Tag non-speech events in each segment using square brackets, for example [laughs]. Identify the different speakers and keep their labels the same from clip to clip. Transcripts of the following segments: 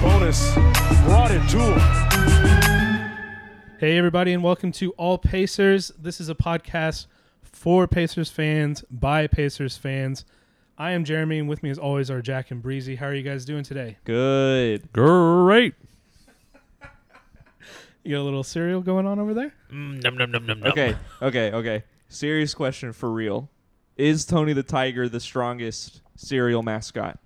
Speaker 1: bonus brought it to him.
Speaker 2: Hey, everybody, and welcome to All Pacers. This is a podcast for Pacers fans by Pacers fans. I am Jeremy, and with me, as always, are Jack and Breezy. How are you guys doing today?
Speaker 3: Good.
Speaker 4: Great.
Speaker 2: You got a little cereal going on over there?
Speaker 3: Okay. Okay. Okay. Serious question for real. Is Tony the Tiger the strongest cereal mascot?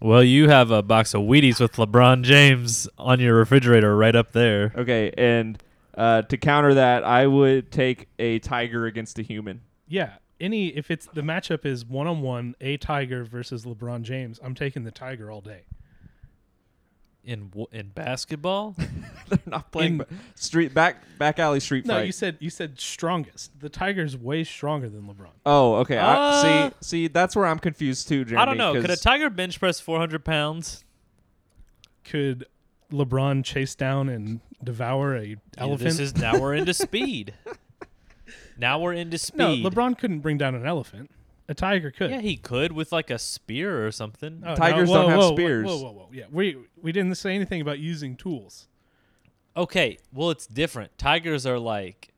Speaker 4: Well, you have a box of Wheaties with LeBron James on your refrigerator right up there.
Speaker 3: Okay. And uh, to counter that, I would take a tiger against a human. [laughs]
Speaker 2: Yeah. Any if it's the matchup is one on one, a Tiger versus LeBron James. I'm taking the Tiger all day.
Speaker 4: In w- in
Speaker 3: [laughs]
Speaker 4: basketball?
Speaker 3: They're not playing
Speaker 2: In-
Speaker 3: ba- street back back alley street
Speaker 2: No,
Speaker 3: fight.
Speaker 2: you said you said strongest. The Tiger's way stronger than LeBron.
Speaker 3: oh, okay. I,
Speaker 4: Uh,
Speaker 3: see, see, that's where I'm confused too, Jeremy.
Speaker 4: I don't know. Could a
Speaker 3: 'cause-
Speaker 4: tiger bench press 400 pounds?
Speaker 2: Could LeBron chase down and devour a elephant?
Speaker 4: This is now we're into
Speaker 2: [laughs]
Speaker 4: speed. Now we're into speed.
Speaker 2: no, LeBron couldn't bring down an elephant. A Tiger could.
Speaker 4: Yeah, he could with like a spear or something.
Speaker 2: Oh,
Speaker 3: Tigers
Speaker 2: whoa,
Speaker 3: don't have
Speaker 2: whoa, whoa,
Speaker 3: spears.
Speaker 2: Whoa, whoa, whoa, Yeah, we we didn't say anything about using tools.
Speaker 4: Okay, well it's different. Tigers are like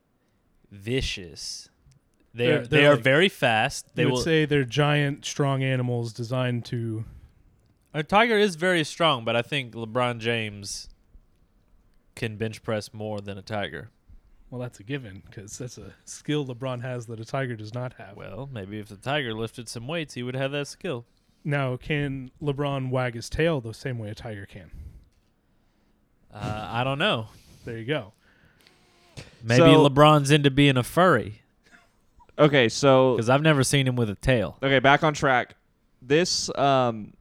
Speaker 4: vicious. They
Speaker 2: They're-
Speaker 4: are they
Speaker 2: they're
Speaker 4: are
Speaker 2: like-
Speaker 4: very fast.
Speaker 2: They
Speaker 4: They
Speaker 2: would
Speaker 4: will
Speaker 2: say they're giant, strong animals designed to.
Speaker 4: A Uh, tiger is very strong, but I think LeBron James can bench press more than a tiger.
Speaker 2: Well, that's a given because that's a skill LeBron has that a tiger does not have.
Speaker 4: Well, maybe if the tiger lifted some weights, he would have that skill.
Speaker 2: Now, can LeBron wag his tail the same way a tiger can?
Speaker 4: Uh, I don't know.
Speaker 2: There you go.
Speaker 4: Maybe
Speaker 3: So-
Speaker 4: LeBron's into being a furry
Speaker 3: Okay, so
Speaker 4: because I've never seen him with a tail.
Speaker 3: Okay, back on track. This um,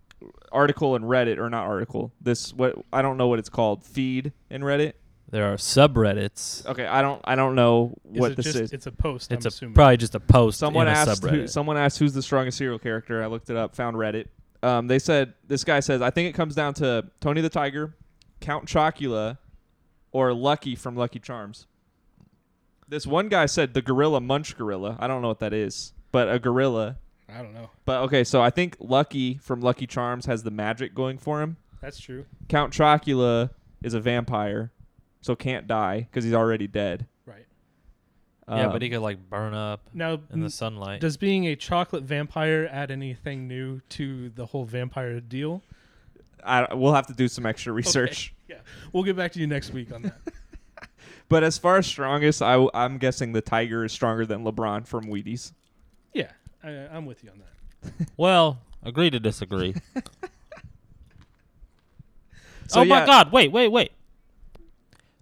Speaker 3: article in Reddit, or not article, this what I don't know what it's called. Feed in Reddit.
Speaker 4: There are subreddits.
Speaker 3: Okay, I don't I don't know
Speaker 2: Is
Speaker 3: what
Speaker 2: it
Speaker 3: this
Speaker 2: just,
Speaker 3: is.
Speaker 2: It's a post.
Speaker 4: It's
Speaker 2: I'm
Speaker 4: a,
Speaker 2: assuming.
Speaker 4: probably just a post
Speaker 3: Someone
Speaker 4: in a
Speaker 3: asked who,
Speaker 4: subreddit.
Speaker 3: someone asked who's the strongest serial character. I looked it up, found Reddit. Um, they said this guy says I think it comes down to Tony the Tiger, Count Chocula, or Lucky from Lucky Charms. This one guy said the gorilla munch gorilla. I don't know what that is, but a gorilla.
Speaker 2: I don't know.
Speaker 3: But okay, so I think Lucky from Lucky Charms has the magic going for him.
Speaker 2: That's true.
Speaker 3: Count Chocula is a vampire, so can't die because he's already dead.
Speaker 2: Right.
Speaker 4: yeah,
Speaker 3: Um,
Speaker 4: but he could like burn up
Speaker 2: Now,
Speaker 4: in the
Speaker 2: n-
Speaker 4: sunlight.
Speaker 2: does being a chocolate vampire add anything new to the whole vampire deal?
Speaker 3: I, we'll have to do some extra
Speaker 4: [laughs]
Speaker 3: research.
Speaker 2: Yeah. We'll get back to you next week on that.
Speaker 3: But as far as strongest, I, am guessing the tiger is stronger than LeBron from Wheaties.
Speaker 2: yeah. I, I'm with you on that.
Speaker 4: well, agree to
Speaker 3: [laughs]
Speaker 4: disagree.
Speaker 3: So,
Speaker 4: oh my
Speaker 3: yeah,
Speaker 4: God! Wait, wait, wait.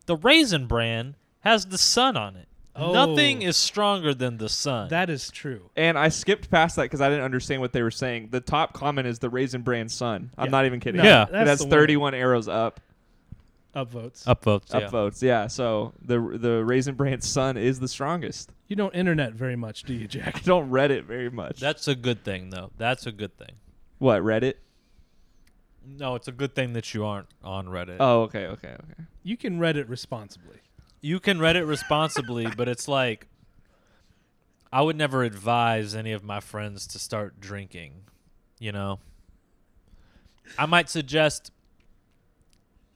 Speaker 4: The raisin bran has the sun on it. Nothing
Speaker 2: Oh.
Speaker 4: is stronger than the sun.
Speaker 2: That is true.
Speaker 3: And I skipped past that because I didn't understand what they were saying. The top comment is the Raisin Bran Sun. I'm
Speaker 2: Yeah.
Speaker 3: not even kidding.
Speaker 4: No, Yeah.
Speaker 2: that's
Speaker 3: that's,
Speaker 2: the one.
Speaker 3: 31 arrows up,
Speaker 2: Upvotes.
Speaker 4: upvotes. yeah.
Speaker 3: upvotes. Yeah, so the the Raisin Bran Sun is the strongest.
Speaker 2: You don't internet very much, do you,
Speaker 3: I [laughs]
Speaker 2: Jack?
Speaker 3: don't Reddit very much.
Speaker 4: That's a good thing, though. That's a good thing.
Speaker 3: what Reddit?
Speaker 4: No, it's a good thing that you aren't on Reddit.
Speaker 3: Oh, okay, okay, okay.
Speaker 2: You can Reddit responsibly.
Speaker 4: you can Reddit responsibly, but it's like I would never advise any of my friends to start drinking. You know, I might suggest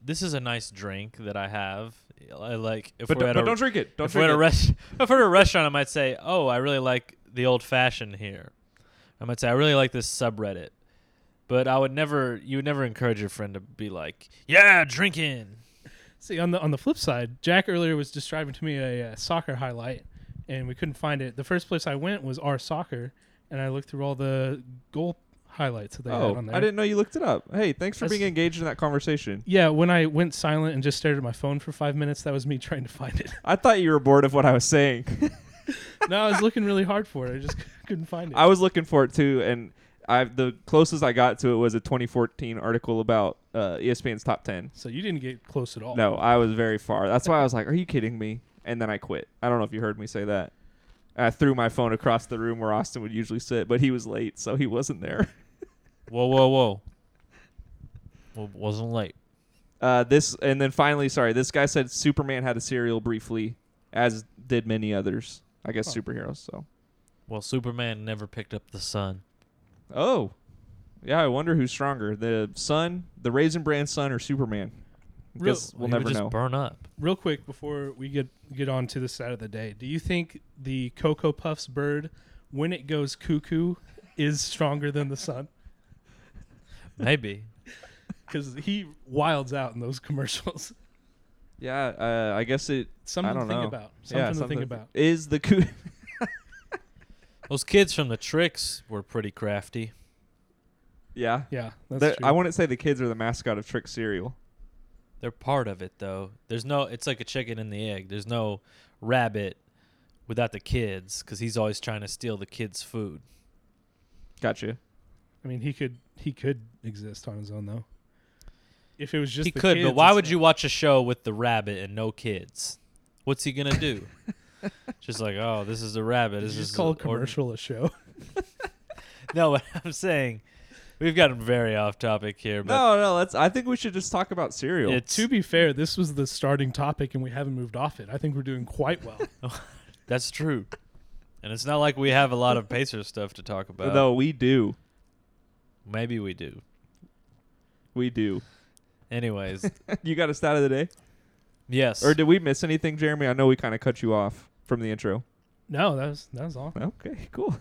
Speaker 4: this is a nice drink that I have. I like if
Speaker 3: But,
Speaker 4: we're
Speaker 3: don't-
Speaker 4: at
Speaker 3: but
Speaker 4: a,
Speaker 3: don't drink it. Don't
Speaker 4: if we're
Speaker 3: drink
Speaker 4: at
Speaker 3: it.
Speaker 4: a rest, [laughs] if we're at a restaurant, I might say, "Oh, I really like the old fashioned here." I might say, "I really like this subreddit," but I would never, you would never encourage your friend to be like, "Yeah, drinking."
Speaker 2: See, on the on the flip side, Jack earlier was describing to me a uh, soccer highlight, and we couldn't find it. The first place I went was our soccer, and I looked through all the goal highlights that they had
Speaker 3: Oh,
Speaker 2: on there.
Speaker 3: I didn't know you looked it up. Hey, thanks for
Speaker 2: That's-
Speaker 3: being engaged in that conversation.
Speaker 2: Yeah, when I went silent and just stared at my phone for five minutes, that was me [laughs] trying to find
Speaker 3: [laughs]
Speaker 2: it.
Speaker 3: I thought you were bored of what I was saying.
Speaker 2: no, I was looking really hard for it. I just [laughs] couldn't find it.
Speaker 3: I was looking for it too, and I the closest I got to it was a 2014 article about uh, ESPN's top 10.
Speaker 2: so you didn't get close at all.
Speaker 3: No, I was very far. That's why I was like, "Are you kidding me?" And then I quit. I don't know if you heard me say that. I threw my phone across the room where Austin would usually sit, but he was late, so he wasn't there. [laughs]
Speaker 4: Whoa, whoa, whoa! Well, wasn't late.
Speaker 3: Uh, this and then finally, sorry, this guy said Superman had a serial briefly, as did many others. I guess
Speaker 2: Huh.
Speaker 3: superheroes. So,
Speaker 4: Well, Superman never picked up the sun.
Speaker 3: oh, Yeah, I wonder who's stronger, the sun, the Raisin Brand sun, or Superman. I
Speaker 2: Real-
Speaker 3: Guess we'll
Speaker 4: He
Speaker 3: never
Speaker 4: would just
Speaker 3: know.
Speaker 4: burn up.
Speaker 2: Real quick before we get get on to the side of the day, do you think the Cocoa Puffs bird, when it goes cuckoo, is stronger than the sun?
Speaker 4: Maybe.
Speaker 2: Because he wilds out in those [laughs] commercials.
Speaker 3: Yeah, uh, I guess it.
Speaker 2: Something
Speaker 3: I
Speaker 2: to
Speaker 3: don't
Speaker 2: think
Speaker 3: know.
Speaker 2: about. Something
Speaker 3: Yeah,
Speaker 2: to
Speaker 3: something
Speaker 2: think about.
Speaker 3: Is the coo-
Speaker 4: Those kids from the tricks were pretty crafty.
Speaker 3: [laughs] Yeah.
Speaker 2: Yeah, that's
Speaker 3: The-
Speaker 2: true.
Speaker 3: I wouldn't say the kids are the mascot of Trick Cereal.
Speaker 4: They're part of it though. There's no. It's like a chicken and the egg. There's no rabbit without the kids because he's always trying to steal the kids' food.
Speaker 3: Gotcha.
Speaker 2: I mean, he could he could exist on his own though. If it was just
Speaker 4: he
Speaker 2: the
Speaker 4: could,
Speaker 2: kids
Speaker 4: but why
Speaker 2: and
Speaker 4: would
Speaker 2: stuff.
Speaker 4: you watch a show with the rabbit and no kids? What's he gonna do?
Speaker 2: [laughs]
Speaker 4: just like, oh, this is the rabbit.
Speaker 2: Did
Speaker 4: This
Speaker 2: you
Speaker 4: is
Speaker 2: just call a
Speaker 4: the ordin-
Speaker 2: commercial a show?
Speaker 4: [laughs] No, what I'm saying, we've gotten very off topic here. But
Speaker 3: No, no. Let's. I think we should just talk about cereal.
Speaker 4: it's
Speaker 2: to be fair, this was the starting topic, and we haven't moved off it. I think we're doing quite
Speaker 4: [laughs]
Speaker 2: well.
Speaker 4: that's true, and it's not like we have a lot of Pacers stuff to talk
Speaker 2: uh,
Speaker 4: about.
Speaker 3: Though we do,
Speaker 4: maybe we do.
Speaker 3: we do. [laughs]
Speaker 2: [laughs]
Speaker 4: Anyways,
Speaker 3: you got a stat of the day,
Speaker 4: yes.
Speaker 3: or did we miss anything, Jeremy? I know we kind of cut you off from the intro.
Speaker 2: no, that was that was all.
Speaker 3: Okay, cool.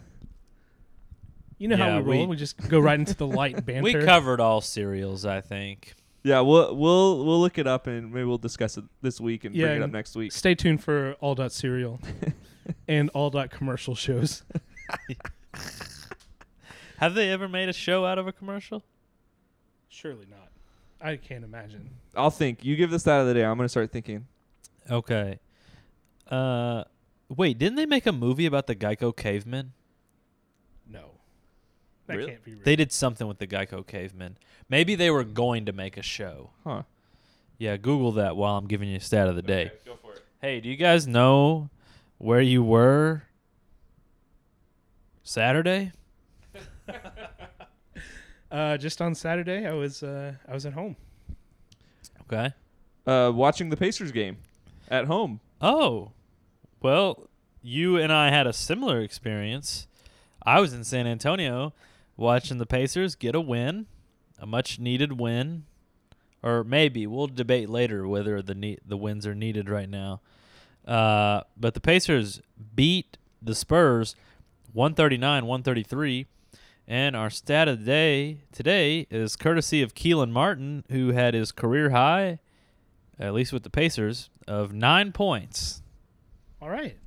Speaker 2: You know
Speaker 4: Yeah,
Speaker 2: how we roll.
Speaker 4: we-
Speaker 2: We, just go right into the light banter.
Speaker 4: [laughs] we covered all cereals, I think.
Speaker 3: Yeah, we'll we'll we'll look it up and maybe we'll discuss it this week and
Speaker 2: Yeah,
Speaker 3: bring it up
Speaker 2: and-
Speaker 3: next week.
Speaker 2: Stay tuned for all dot
Speaker 3: [laughs]
Speaker 2: serial and all dot commercial shows.
Speaker 4: Have they ever made a show out of a commercial?
Speaker 2: Surely not. I can't imagine.
Speaker 3: I'll think. You give the stat of the day. I'm gonna start thinking.
Speaker 4: Okay. Uh, wait, didn't they make a movie about the Geico cavemen?
Speaker 2: No, that
Speaker 3: Really?
Speaker 2: can't be real.
Speaker 4: They did something with the Geico cavemen. Maybe they were going to make a show.
Speaker 3: Huh.
Speaker 4: Yeah, Google that while I'm giving you a stat of the day. Hey, do you guys know where you were Saturday?
Speaker 2: uh, just on Saturday, I was uh, I was at home.
Speaker 4: Okay.
Speaker 3: Uh, watching the Pacers game at home.
Speaker 4: Oh, well, you and I had a similar experience. I was in San Antonio watching the Pacers get a win, a much needed win, or maybe we'll debate later whether the ne- the wins are needed right now. Uh, but the Pacers beat the Spurs 139-133. And our stat of the day today is courtesy of Keelan Martin, who had his career high at least with the Pacers, of nine points.
Speaker 2: All right.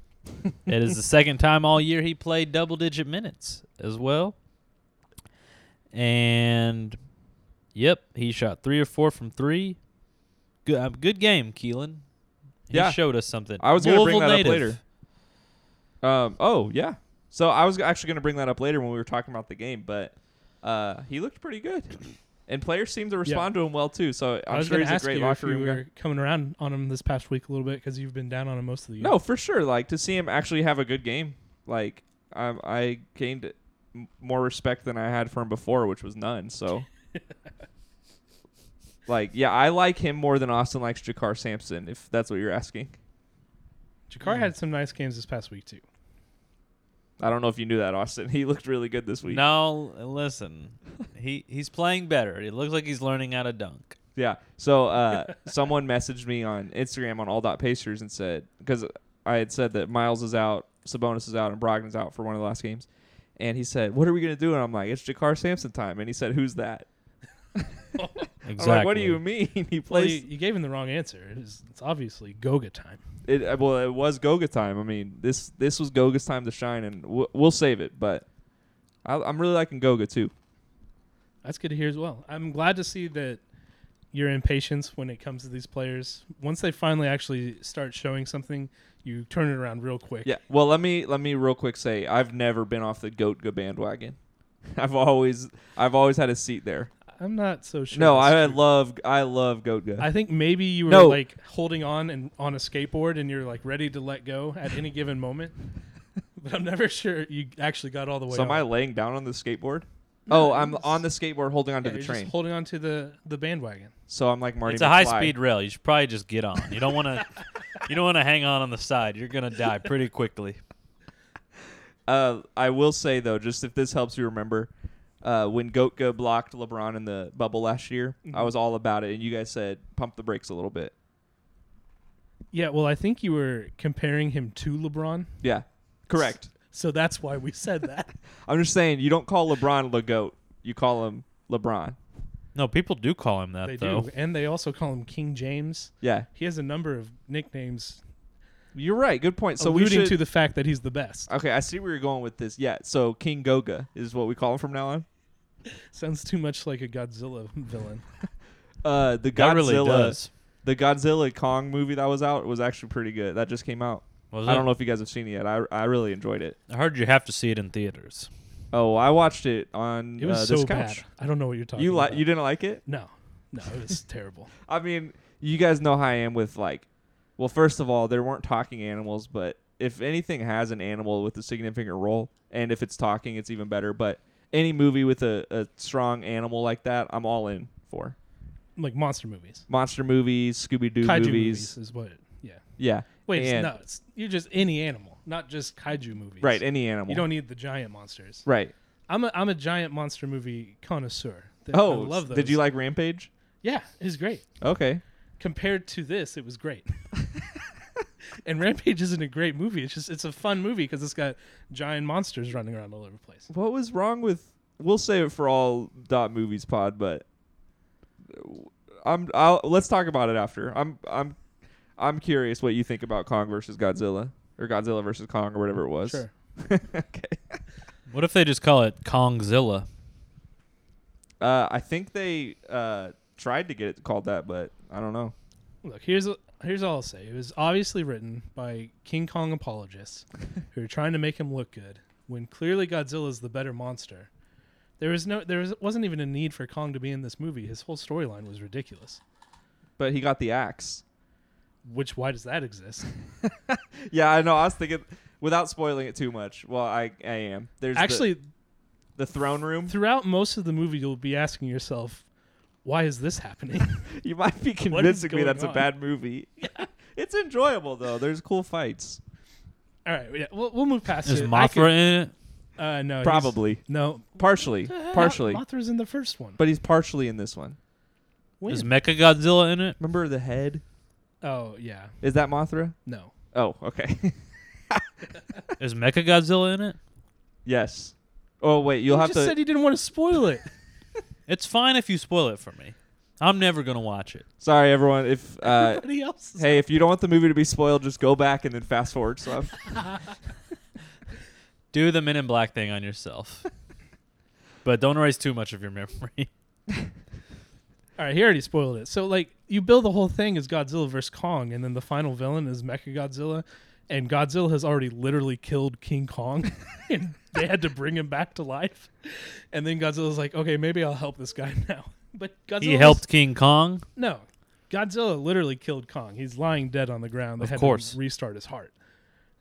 Speaker 4: it is the second time all year he played double digit minutes as well. And yep, he shot three or four from three. Good, uh, good game, Keelan. He
Speaker 3: Yeah.
Speaker 4: showed us something.
Speaker 3: I was gonna bring
Speaker 4: Louisville
Speaker 3: that up
Speaker 4: native.
Speaker 3: later. Um. Oh yeah. So I was g- actually gonna bring that up later when we were talking about the game, but uh, he looked pretty good, and players seemed to respond to him well too. So
Speaker 2: I
Speaker 3: I'm
Speaker 2: was
Speaker 3: sure
Speaker 2: going
Speaker 3: he's
Speaker 2: to
Speaker 3: a
Speaker 2: ask
Speaker 3: great
Speaker 2: you if
Speaker 3: locker
Speaker 2: you
Speaker 3: room guy.
Speaker 2: were coming around on him this past week a little bit because you've been down on him most of the year.
Speaker 3: No, for sure. Like to see him actually have a good game. Like I, I gained m- more respect than I had for him before, which was none.
Speaker 2: [laughs]
Speaker 3: So, like, yeah, I like him more than Austin likes Jakar Sampson. If that's what you're asking,
Speaker 2: Jakar had some nice games this past week too.
Speaker 3: I don't know if you knew that, Austin. [laughs] He looked really good this week.
Speaker 4: No, l- listen, he he's playing better. It looks like he's learning how to dunk.
Speaker 3: Yeah. So uh, someone messaged me on Instagram on all dot Pacers and said because I had said that Miles is out, Sabonis is out, and Brogdon's out for one of the last games, and he said, "What are we gonna do?" And I'm like, "It's Jakar Sampson time." And he said, "Who's that?"
Speaker 4: Exactly.
Speaker 3: I'm like, what do you mean? [laughs] He
Speaker 2: Well,
Speaker 3: plays.
Speaker 2: you, you gave him the wrong answer. It was, it's obviously Goga time.
Speaker 3: it, uh, well, it was Goga time. I mean, this this was Goga's time to shine, and we'll, we'll save it. But I, I'm really liking Goga too.
Speaker 2: That's good to hear as well. I'm glad to see that your impatience when it comes to these players. Once they finally actually start showing something, you turn it around real quick.
Speaker 3: Yeah. Well, let me let me real quick say I've never been off the goat Goga bandwagon. [laughs] I've always I've always had a seat there.
Speaker 2: I'm not so sure.
Speaker 3: no,
Speaker 2: that's
Speaker 3: I
Speaker 2: true.
Speaker 3: love I love goat Goga.
Speaker 2: I think maybe you were
Speaker 3: No.
Speaker 2: like holding on and on a skateboard, and you're like ready to let go at any given
Speaker 3: [laughs]
Speaker 2: moment. But I'm never sure you actually got all the way.
Speaker 3: so am I
Speaker 2: on.
Speaker 3: laying down on the skateboard?
Speaker 2: No,
Speaker 3: oh, I'm
Speaker 2: it's-
Speaker 3: on the skateboard holding onto
Speaker 2: Yeah,
Speaker 3: the
Speaker 2: you're
Speaker 3: train.
Speaker 2: Just holding on to the the bandwagon.
Speaker 3: so I'm like Marty.
Speaker 4: It's a high
Speaker 3: McFly.
Speaker 4: speed rail. You should probably just get on. You don't want to. [laughs] you don't want to hang on on the side. You're gonna die
Speaker 3: [laughs]
Speaker 4: pretty quickly.
Speaker 3: Uh, I will say though, just if this helps you remember, uh, when Goatga blocked LeBron in the bubble last year.
Speaker 2: Mm-hmm.
Speaker 3: I was all about it, and you guys said pump the brakes a little bit.
Speaker 2: Yeah, well, I think you were comparing him to LeBron,
Speaker 3: Yeah, correct.
Speaker 2: so that's why we said that.
Speaker 3: I'm just saying you don't call LeBron the goat. You call him LeBron.
Speaker 4: No, people do call him that
Speaker 2: they
Speaker 4: though.
Speaker 2: do, and they also call him King James.
Speaker 3: Yeah,
Speaker 2: He has a number of nicknames,
Speaker 3: you're right. Good point. So we
Speaker 2: alluding
Speaker 3: should.
Speaker 2: to the fact that he's the best.
Speaker 3: okay, I see where you're going with this. Yeah. So King Goga is what we call him from now on.
Speaker 2: Sounds too much like a Godzilla [laughs] villain.
Speaker 3: Uh, the
Speaker 4: That
Speaker 3: Godzilla,
Speaker 4: really does.
Speaker 3: the Godzilla Kong movie that was out was actually pretty good. That just came out.
Speaker 4: Was
Speaker 3: I
Speaker 4: it?
Speaker 3: don't know if you guys have seen it yet. I I really enjoyed it.
Speaker 4: I heard you have to see it in theaters.
Speaker 3: Oh, I watched it on
Speaker 2: It was
Speaker 3: uh,
Speaker 2: so
Speaker 3: this
Speaker 2: bad.
Speaker 3: couch.
Speaker 2: I don't know what you're talking
Speaker 3: You
Speaker 2: about.
Speaker 3: like you didn't like it?
Speaker 2: No, no, it
Speaker 3: [laughs]
Speaker 2: was terrible.
Speaker 3: I mean, you guys know how I am with like. Well, first of all, there weren't talking animals, but if anything has an animal with a significant role, and if it's talking, it's even better. But any movie with a, a strong animal like that, I'm all in for.
Speaker 2: Like monster movies,
Speaker 3: Monster movies, Scooby Doo
Speaker 2: kaiju
Speaker 3: movies.
Speaker 2: movies. is what. It, yeah.
Speaker 3: Yeah.
Speaker 2: Wait, it's-
Speaker 3: and-
Speaker 2: no, it's, you're just any animal, not just kaiju movies.
Speaker 3: Right, any animal.
Speaker 2: You don't need the giant monsters.
Speaker 3: right.
Speaker 2: I'm a I'm a giant monster movie connoisseur. Th- I
Speaker 3: Oh,
Speaker 2: love those.
Speaker 3: did you like Rampage?
Speaker 2: Yeah, it was great.
Speaker 3: Okay.
Speaker 2: Compared to this, it was great. [laughs] and Rampage isn't a great movie. It's just it's a fun movie because it's got giant monsters running around all over the place.
Speaker 3: What was wrong with? We'll save it for all dot movies pod, but I'm. I'll let's talk about it after. I'm. I'm. I'm curious what you think about Kong versus Godzilla or Godzilla versus Kong or whatever it was.
Speaker 2: Sure.
Speaker 3: [laughs] okay.
Speaker 4: What if they just call it Kongzilla?
Speaker 3: Uh, I think they uh, tried to get it called that, but I don't know.
Speaker 2: Look, here's here's all I'll say. It was obviously written by King Kong apologists who are trying to make him look good when clearly Godzilla's the better monster. There was no there was, wasn't even a need for Kong to be in this movie. His whole storyline was ridiculous.
Speaker 3: But he got the axe.
Speaker 2: Which why does that exist?
Speaker 3: Yeah, I know. I was thinking without spoiling it too much. Well, I I am. There's the-
Speaker 2: Actually,
Speaker 3: the throne room.
Speaker 2: throughout most of the movie you'll be asking yourself, why is this happening? [laughs]
Speaker 3: You might be
Speaker 2: What is
Speaker 3: convincing me
Speaker 2: going
Speaker 3: that's a
Speaker 2: on?
Speaker 3: bad movie. [laughs] it's enjoyable though. There's cool fights.
Speaker 2: all right, yeah, we'll, we'll move past
Speaker 4: Is
Speaker 2: it. I
Speaker 4: Mothra
Speaker 2: could-
Speaker 4: in it?
Speaker 2: uh, no, he's-
Speaker 3: Probably,
Speaker 2: no,
Speaker 3: partially, partially.
Speaker 2: Mothra's in the first one.
Speaker 3: But he's partially in this one.
Speaker 2: When?
Speaker 4: Is Mecha Godzilla in it?
Speaker 3: Remember the head?
Speaker 2: oh yeah,
Speaker 3: Is that Mothra?
Speaker 2: no,
Speaker 3: Oh, okay. [laughs]
Speaker 4: Is Mecha Godzilla in it?
Speaker 3: yes. Oh wait, you'll
Speaker 2: he
Speaker 3: have
Speaker 2: just
Speaker 3: to.
Speaker 2: said he didn't want to spoil
Speaker 3: [laughs]
Speaker 2: it.
Speaker 4: It's fine if you spoil it for me. I'm never gonna watch it.
Speaker 3: Sorry, everyone. If uh,
Speaker 2: Everybody else is
Speaker 3: hey, if you don't want the movie to be spoiled, just go back and then fast
Speaker 2: [laughs]
Speaker 3: forward stuff.
Speaker 4: Do the Men in Black thing on [laughs] yourself, but don't erase too much of your memory. [laughs]
Speaker 2: All right, he already spoiled it. So like you build the whole thing as Godzilla versus Kong, and then the final villain is Mechagodzilla, and Godzilla has already literally killed King Kong, [laughs] and they had to bring him back to life. And then Godzilla's like, okay, maybe I'll help this guy [laughs] now. But Godzilla
Speaker 4: he helped King Kong.
Speaker 2: No, Godzilla literally killed Kong. He's lying dead on the ground. They
Speaker 4: Of
Speaker 2: had
Speaker 4: course.
Speaker 2: to restart his heart.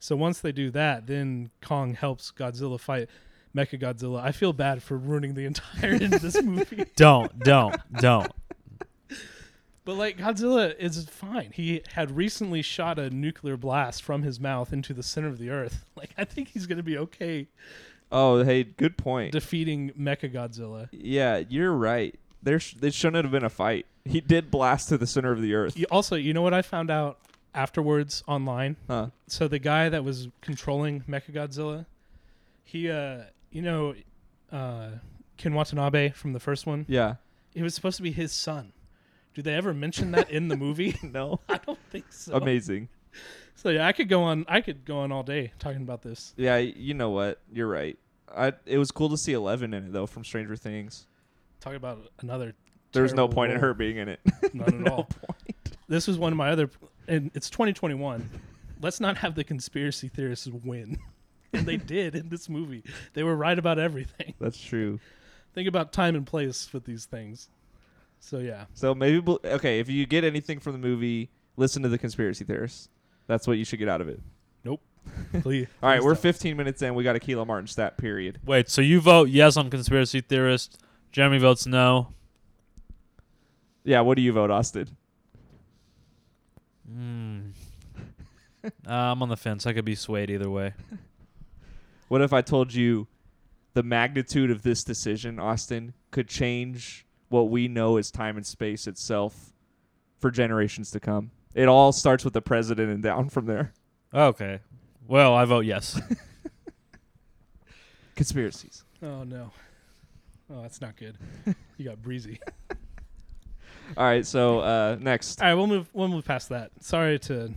Speaker 2: So once they do that, then Kong helps Godzilla fight Mechagodzilla. I feel bad for ruining the entire end of
Speaker 4: [laughs]
Speaker 2: this movie.
Speaker 4: Don't, don't, don't.
Speaker 2: But like Godzilla is fine. He had recently shot a nuclear blast from his mouth into the center of the earth. [laughs] Like I think he's gonna be okay
Speaker 3: oh, hey, good point.
Speaker 2: defeating Mecha Godzilla.
Speaker 3: yeah, you're right. There, sh- there shouldn't have been a fight. He did blast to the center of the earth.
Speaker 2: Also, you know what I found out afterwards online?
Speaker 3: Huh.
Speaker 2: So the guy that was controlling Mecha Godzilla, he uh you know uh Ken Watanabe from the first one,
Speaker 3: Yeah.
Speaker 2: it was supposed to be his son. Do they ever mention that in the movie?
Speaker 3: [laughs] No.
Speaker 2: [laughs] I don't think so.
Speaker 3: Amazing.
Speaker 2: So yeah, I could go on I could go on all day talking about this.
Speaker 3: Yeah, you know what? You're right. I it was cool to see Eleven in it though from Stranger Things.
Speaker 2: Talk about another
Speaker 3: There was no
Speaker 2: terrible
Speaker 3: point in
Speaker 2: role.
Speaker 3: her
Speaker 2: [laughs]
Speaker 3: being in it.
Speaker 2: Not
Speaker 3: [laughs]
Speaker 2: at all. This was one of my other, and it's 2021. Let's not have the conspiracy theorists win. [laughs] And they did in this movie. They were right about everything.
Speaker 3: That's true.
Speaker 2: Think about time and place with these things. So yeah,
Speaker 3: So maybe bel- okay, if you get anything from the movie, listen to the conspiracy theorists. That's what you should get out of it.
Speaker 2: [laughs] please.
Speaker 3: [laughs] All right,
Speaker 2: please
Speaker 3: we're
Speaker 2: don't.
Speaker 3: 15 minutes in. We got a Kilo Martin stat period.
Speaker 4: Wait, so you vote yes on conspiracy theorist? Jeremy votes no.
Speaker 3: Yeah, what do you vote, Austin?
Speaker 4: Mm. Uh, I'm on the fence. I could be swayed either way.
Speaker 3: What if I told you the magnitude of this decision, Austin, could change what we know as time and space itself for generations to come. It all starts with the president and down from there.
Speaker 4: Okay. Well, I vote yes.
Speaker 3: Conspiracies.
Speaker 2: Oh no. Oh, that's not good. [laughs] You got breezy.
Speaker 3: All right, so uh, next.
Speaker 2: All right, we'll move. We'll move past that. Sorry to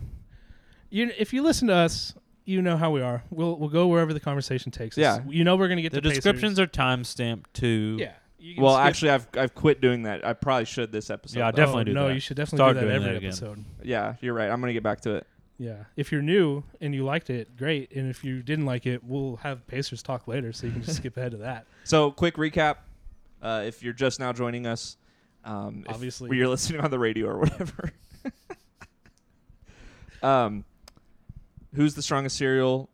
Speaker 2: you. If you listen to us, you know how we are. We'll we'll go wherever the conversation takes us.
Speaker 3: Yeah.
Speaker 2: You know we're gonna get
Speaker 4: [laughs] the
Speaker 2: to
Speaker 4: descriptions are timestamped too.
Speaker 2: Pacers. Yeah. You can
Speaker 3: Well,
Speaker 2: skip-
Speaker 3: actually, I've I've quit doing that. I probably should this episode.
Speaker 4: Yeah, I
Speaker 3: though.
Speaker 4: definitely
Speaker 2: Oh,
Speaker 4: do
Speaker 2: no,
Speaker 4: that.
Speaker 2: you should definitely
Speaker 4: Start
Speaker 2: do that
Speaker 4: doing
Speaker 2: every
Speaker 4: that again.
Speaker 2: episode.
Speaker 3: Yeah, you're right. I'm gonna get back to it.
Speaker 2: Yeah. If you're new and you liked it, great. And if you didn't like it, we'll have Pacers talk later, so you
Speaker 3: [laughs]
Speaker 2: can just skip ahead to that.
Speaker 3: So, quick recap. Uh, if you're just now joining us, um, if
Speaker 2: Obviously.
Speaker 3: you're listening on the radio or whatever. [laughs] um, who's the strongest cereal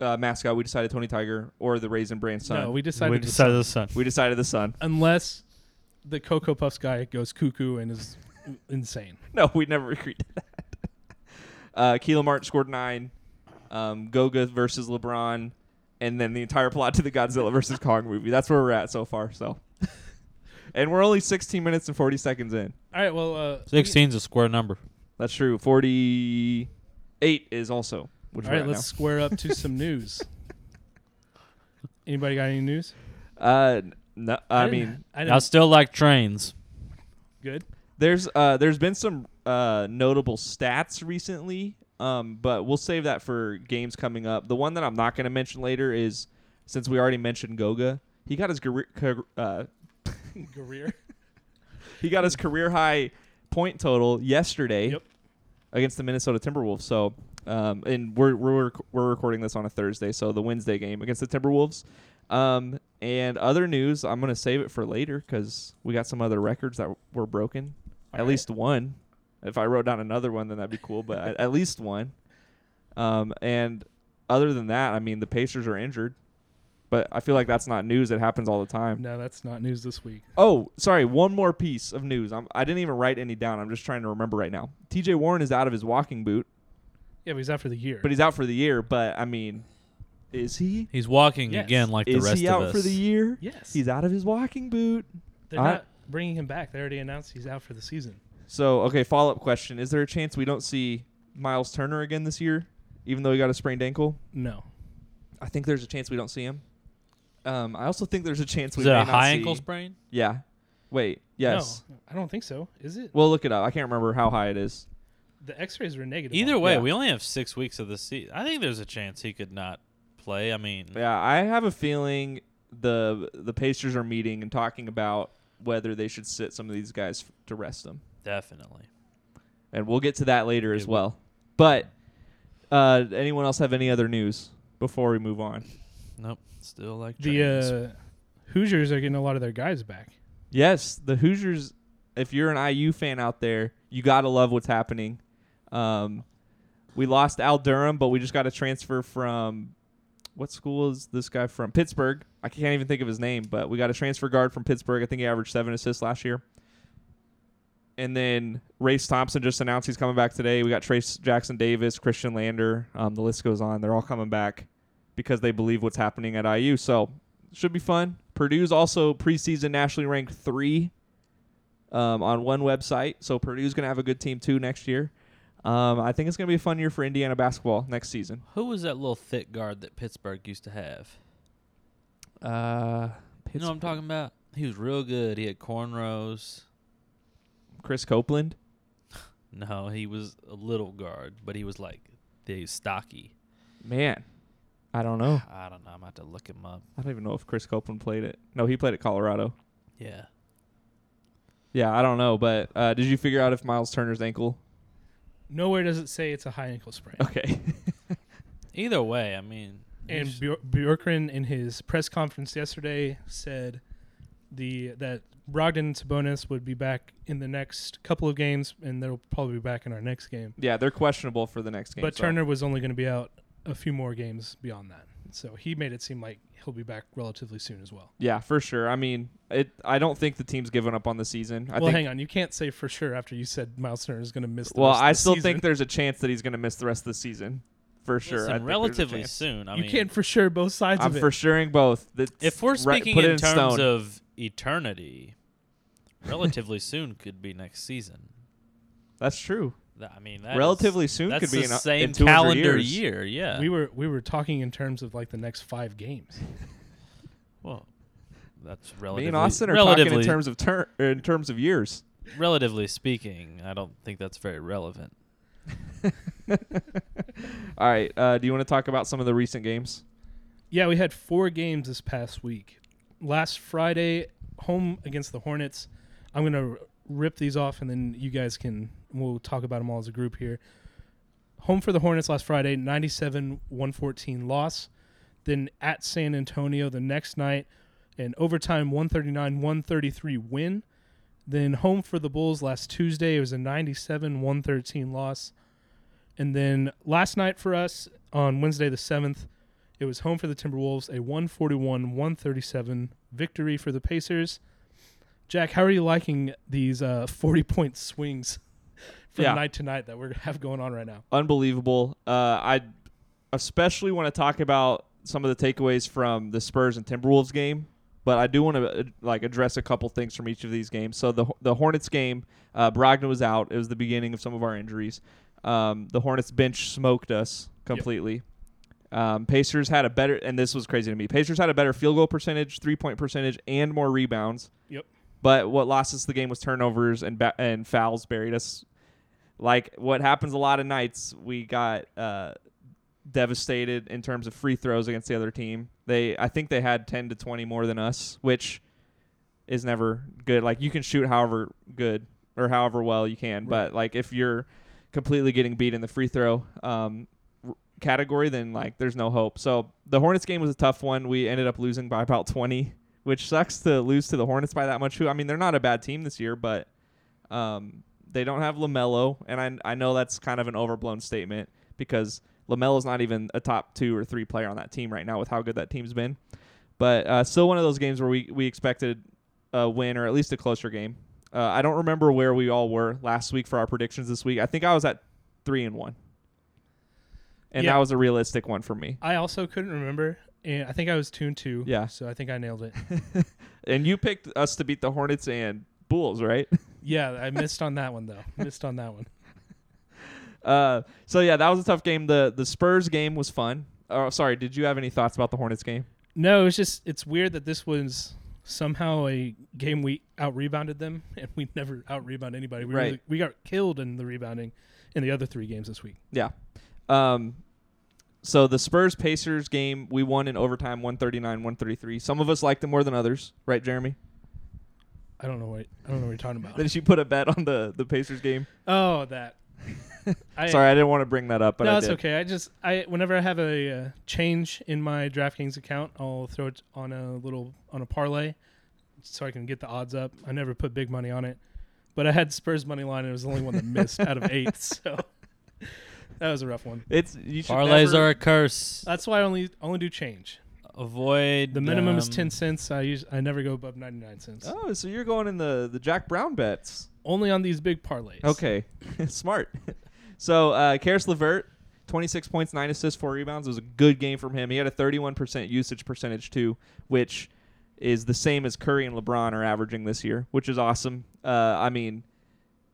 Speaker 3: uh, mascot? We decided Tony Tiger or the Raisin Bran Sun.
Speaker 2: No, we decided.
Speaker 4: We
Speaker 2: to-
Speaker 4: decided the sun.
Speaker 3: we decided the Sun.
Speaker 2: unless the Cocoa Puffs guy goes cuckoo and is insane.
Speaker 3: [laughs] No, we never agreed to that. Uh, Keelan Martin scored nine. Um, Goga versus LeBron, and then the entire plot to the Godzilla versus Kong movie. That's where we're at so far. So, [laughs] and we're only 16 minutes and 40 seconds in.
Speaker 2: All right. Well, uh,
Speaker 4: Sixteen's a square number.
Speaker 3: That's true. 48 is also. Which
Speaker 2: All
Speaker 3: we're
Speaker 2: right,
Speaker 3: at
Speaker 2: let's square up to some
Speaker 3: [laughs]
Speaker 2: news. Anybody got any news?
Speaker 3: now. Uh, no, I,
Speaker 2: didn't-
Speaker 3: mean,
Speaker 2: I
Speaker 4: I
Speaker 2: didn't.
Speaker 4: still like trains.
Speaker 2: Good.
Speaker 3: there's uh, there's been some uh, notable stats recently, um, but we'll save that for games coming up. The one that I'm not going to mention later is since we already mentioned Goga, he got his career, car- uh, [laughs]
Speaker 2: Career.
Speaker 3: he got his career high point total yesterday
Speaker 2: Yep.
Speaker 3: against the Minnesota Timberwolves. So, um, and we're we're rec- we're recording this on a Thursday, so the Wednesday game against the Timberwolves. Um, and other news, I'm gonna save it for later because we got some other records that were broken. at
Speaker 2: right.
Speaker 3: least one. If I wrote down another one, then that'd be cool. But at, at least one. Um, and other than that, I mean, the Pacers are injured, but I feel like that's not news. It happens all the time.
Speaker 2: No, that's not news this week.
Speaker 3: Oh, sorry. One more piece of news. I'm, I didn't even write any down. I'm just trying to remember right now. T.J. Warren is out of his walking boot,
Speaker 2: Yeah, but he's out for the year.
Speaker 3: but he's out for the year. But I mean, is he?
Speaker 4: He's walking
Speaker 2: Yes.
Speaker 4: again like the
Speaker 3: Is
Speaker 4: rest
Speaker 3: he
Speaker 4: of
Speaker 3: out
Speaker 4: us.
Speaker 3: for the year?
Speaker 2: Yes.
Speaker 3: He's out of his walking boot.
Speaker 2: They're
Speaker 3: I-
Speaker 2: not bringing him back. They already announced he's out for the season.
Speaker 3: So, okay. Follow up question: Is there a chance we don't see Miles Turner again this year, even though he got a sprained ankle?
Speaker 2: No.
Speaker 3: I think there's a chance we don't see him. Um, I also think there's a chance we
Speaker 4: Is it
Speaker 3: may
Speaker 4: a
Speaker 3: not
Speaker 4: high
Speaker 3: see-
Speaker 4: ankle sprain?
Speaker 3: Yeah. Wait. Yes.
Speaker 2: No, I don't think so. Is it?
Speaker 3: We'll look it up. I can't remember how high it is.
Speaker 2: The X-rays were negative.
Speaker 4: Either
Speaker 2: on it.
Speaker 4: way,
Speaker 3: Yeah.
Speaker 4: we only have six weeks of the season. I think there's a chance he could not play. I mean,
Speaker 3: Yeah, I have a feeling the the Pacers are meeting and talking about whether they should sit some of these guys f- to rest them,
Speaker 4: definitely.
Speaker 3: and we'll get to that later
Speaker 4: Yeah,
Speaker 3: as
Speaker 4: we-
Speaker 3: well. But uh, anyone else have any other news before we move on?
Speaker 4: Nope. Still like trains.
Speaker 2: the uh, Hoosiers are getting a lot of their guys back.
Speaker 3: Yes, the Hoosiers. If you're an IU fan out there, you gotta love what's happening. Um, we lost Al Durham, but we just got a transfer from what school is this guy from? Pittsburgh. I can't even think of his name, but we got a transfer guard from Pittsburgh. I think he averaged seven assists last year. And then Race Thompson just announced he's coming back today. We got Trace Jackson Davis, Christian Lander. Um, the list goes on. They're all coming back because they believe what's happening at IU. So should be fun. Purdue's also preseason nationally ranked three um, on one website. So Purdue's going to have a good team too next year. Um, I think it's going to be a fun year for Indiana basketball next season.
Speaker 4: Who was that little thick guard that Pittsburgh used to have?
Speaker 3: Uh,
Speaker 4: You know what I'm talking about? He was real good. He had cornrows.
Speaker 3: Chris Copeland.
Speaker 4: No, he was a little guard, but he was like the stocky.
Speaker 3: Man, I don't know.
Speaker 4: I don't know. I'm about to look him up.
Speaker 3: I don't even know if Chris Copeland played it. No, he played at Colorado.
Speaker 4: Yeah.
Speaker 3: Yeah, I don't know. But uh, did you figure out if Miles Turner's ankle? [laughs]
Speaker 2: Nowhere does it say it's a high ankle sprain.
Speaker 3: Okay.
Speaker 4: Either way, I mean, you
Speaker 2: And
Speaker 4: sh-
Speaker 2: Bjor- Bjorkren in his press conference yesterday said the that Brogdon and Sabonis would be back in the next couple of games, and they'll probably be back in our next game.
Speaker 3: yeah, they're questionable for the next game.
Speaker 2: but
Speaker 3: so-
Speaker 2: Turner was only going to be out a few more games beyond that, so he made it seem like he'll be back relatively soon as well.
Speaker 3: Yeah, for sure. I mean, it. I don't think the team's given up on the season. I
Speaker 2: well,
Speaker 3: think
Speaker 2: hang on, you can't say for sure after you said Miles Turner is going to miss. The
Speaker 3: Well,
Speaker 2: rest of
Speaker 3: I
Speaker 2: the
Speaker 3: still
Speaker 2: season.
Speaker 3: think there's a chance that he's going to miss the rest of the season for sure. I think
Speaker 4: Listen,
Speaker 3: there's a
Speaker 4: relatively
Speaker 3: chance.
Speaker 4: soon. I
Speaker 2: you
Speaker 4: mean,
Speaker 2: can't for sure both sides
Speaker 3: I'm
Speaker 2: of it.
Speaker 3: for suring both. That's
Speaker 4: if we're
Speaker 3: right-
Speaker 4: speaking
Speaker 3: put it
Speaker 4: in,
Speaker 3: in
Speaker 4: terms
Speaker 3: stone.
Speaker 4: of
Speaker 3: [laughs]
Speaker 4: eternity, relatively soon could be next season.
Speaker 3: that's true.
Speaker 4: Th- I mean, that is-
Speaker 3: Relatively soon
Speaker 4: that's
Speaker 3: could be
Speaker 4: the
Speaker 3: in- in
Speaker 4: same
Speaker 3: 200
Speaker 4: calendar
Speaker 3: years.
Speaker 4: year. Yeah.
Speaker 2: we were we were talking in terms of like the next five games.
Speaker 4: well, that's
Speaker 3: Me
Speaker 4: relatively.
Speaker 3: and Austin are
Speaker 4: relatively,
Speaker 3: talking in terms of ter- er, in terms of years.
Speaker 4: relatively speaking. I don't think that's very relevant.
Speaker 3: All right. Uh, do you want to talk about some of the recent games?
Speaker 2: Yeah, we had four games this past week. Last Friday, home against the Hornets. I'm gonna r- rip these off, and then you guys can we'll talk about them all as a group here. Home for the Hornets last Friday, 97-114 loss. Then at San Antonio the next night, an overtime 139-133 win. Then home for the Bulls last Tuesday, it was a 97-113 loss. And then last night for us on Wednesday the 7th, it was home for the Timberwolves, a 141 137 victory for the Pacers. Jack, how are you liking these uh, 40 point swings [laughs] from
Speaker 3: Yeah.
Speaker 2: night to night that we have going on right now?
Speaker 3: Unbelievable. Uh, I especially want to talk about some of the takeaways from the Spurs and Timberwolves game, but I do want to uh, like address a couple things from each of these games. So the the Hornets game, uh, Brogdon was out. It was the beginning of some of our injuries. Um, the Hornets bench smoked us completely. Um, Pacers had a better, and this was crazy to me. Pacers had a better field goal percentage, three point percentage, and more rebounds.
Speaker 2: Yep.
Speaker 3: But what lost us the game was turnovers and ba- and fouls buried us. Like what happens a lot of nights, we got uh, devastated in terms of free throws against the other team. They, I think they had ten to twenty more than us, which is never good. Like you can shoot however good or however well you can, but like if you're completely getting beat in the free throw um, r- category, then like there's no hope. So the Hornets game was a tough one. We ended up losing by about 20, which sucks to lose to the Hornets by that much. Who I mean, they're not a bad team this year, but um, they don't have Lamelo, and I I know that's kind of an overblown statement because Lamelo's not even a top two or three player on that team right now with how good that team's been. But uh, still, one of those games where we we expected a win or at least a closer game. Uh, I don't remember where we all were last week for our predictions this week. I think I was at three and one, and
Speaker 2: Yeah.
Speaker 3: that was a realistic one for me.
Speaker 2: I also couldn't remember, and I think I was tuned to.
Speaker 3: Yeah.
Speaker 2: So I think I nailed
Speaker 3: [laughs]
Speaker 2: it.
Speaker 3: And you picked us to beat the Hornets and Bulls, right?
Speaker 2: yeah, I missed on that one, though. Missed on that one.
Speaker 3: Uh, so yeah, that was a tough game. the The Spurs game was fun. Oh, sorry. Did you have any thoughts about the Hornets game?
Speaker 2: No, it's just, it's weird that this was somehow a game we out rebounded them, [laughs] and we never out rebound anybody. We,
Speaker 3: Right.
Speaker 2: really, we got killed in the rebounding in the other three games this week.
Speaker 3: Yeah. Um, so the Spurs Pacers game, we won in overtime 139 133. Some of us liked it more than others, right,
Speaker 4: [laughs]
Speaker 3: Jeremy?
Speaker 2: I don't know what I don't know what you're talking about.
Speaker 3: Did you put a bet on the, the Pacers game?
Speaker 2: Oh, that. I,
Speaker 3: [laughs] Sorry, I didn't want to bring that up, but
Speaker 2: no,
Speaker 3: I
Speaker 2: it's
Speaker 3: did.
Speaker 2: okay. I just I whenever I have a uh, change in my DraftKings account, I'll throw it on a little on a parlay, so I can get the odds up. I never put big money on it, but I had Spurs money line, and it was the only one that missed out
Speaker 3: [laughs]
Speaker 2: of eight. So [laughs] that was a rough one.
Speaker 3: It's you should
Speaker 4: Parlays
Speaker 3: never-
Speaker 4: are a curse.
Speaker 2: That's why I only only do change.
Speaker 4: Avoid
Speaker 2: The minimum is
Speaker 4: um,
Speaker 2: ten cents. I use I never go above ninety nine cents.
Speaker 3: Oh, so you're going in the the Jack Brown bets.
Speaker 2: Only on these big parlays.
Speaker 3: Okay, [laughs] smart. so uh, Karis Levert, 26 points, nine assists, four rebounds. It was a good game from him. He had a 31% usage percentage too, which is the same as Curry and LeBron are averaging this year, which is awesome. Uh, I mean,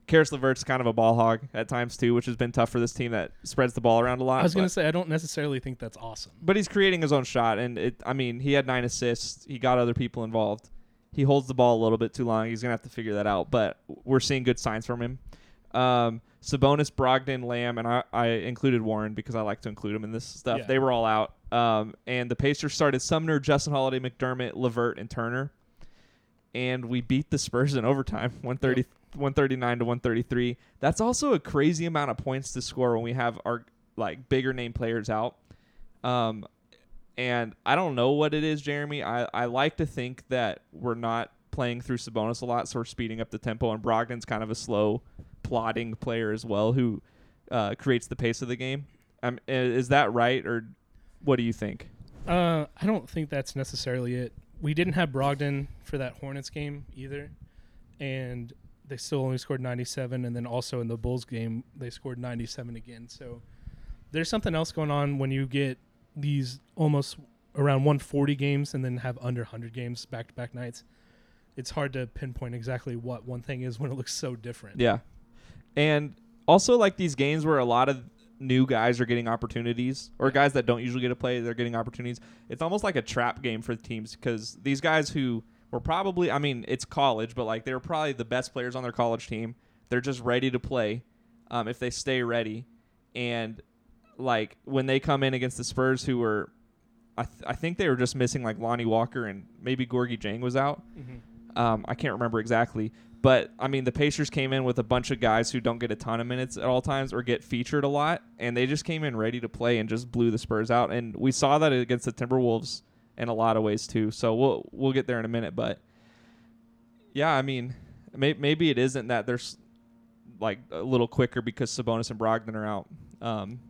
Speaker 3: Karis Levert's kind of a ball hog at times too, which has been tough for this team that spreads the ball around a lot.
Speaker 2: I was
Speaker 3: but-
Speaker 2: gonna say I don't necessarily think that's awesome.
Speaker 3: but he's creating his own shot and it i mean he had nine assists he got other people involved he holds the ball a little bit too long he's gonna have to figure that out but we're seeing good signs from him um, sabonis brogdon lamb and I, I included warren because i like to include him in this stuff
Speaker 2: Yeah.
Speaker 3: they were all out um, and the pacers started sumner justin holiday mcdermott lavert and turner and we beat the spurs in [laughs] overtime 130 139 to 133 that's also a crazy amount of points to score when we have our like bigger name players out um, and I don't know what it is, Jeremy. I, I like to think that we're not playing through Sabonis a lot, so we're speeding up the tempo. And Brogdon's kind of a slow, plodding player as well, who uh, creates the pace of the game. Um, i- is that right, or what do you think?
Speaker 2: Uh, I don't think that's necessarily it. We didn't have Brogdon for that Hornets game either, and they still only scored 97. And then also in the Bulls game, they scored 97 again. So There's something else going on when you get these almost around 140 games and then have under 100 games back to back nights. It's hard to pinpoint exactly what one thing is when it looks so different.
Speaker 3: Yeah. And also like these games where a lot of new guys are getting opportunities or guys that don't usually get to play, they're getting opportunities. It's almost like a trap game for the teams because these guys who were probably I mean, it's college, but like they were probably the best players on their college team. They're just ready to play um, if they stay ready. And like when they come in against the Spurs who were I, th- I think they were just missing like Lonnie Walker and maybe Gorgie Jang was out. Um, I can't remember exactly, but I mean, the Pacers came in with a bunch of guys who don't get a ton of minutes at all times or get featured a lot, and they just came in ready to play and just blew the Spurs out. And we saw that against the Timberwolves in a lot of ways too. So we'll we'll get there in a minute, but yeah, I mean, may- maybe it isn't that there's like a little quicker because Sabonis and Brogdon are out. Um,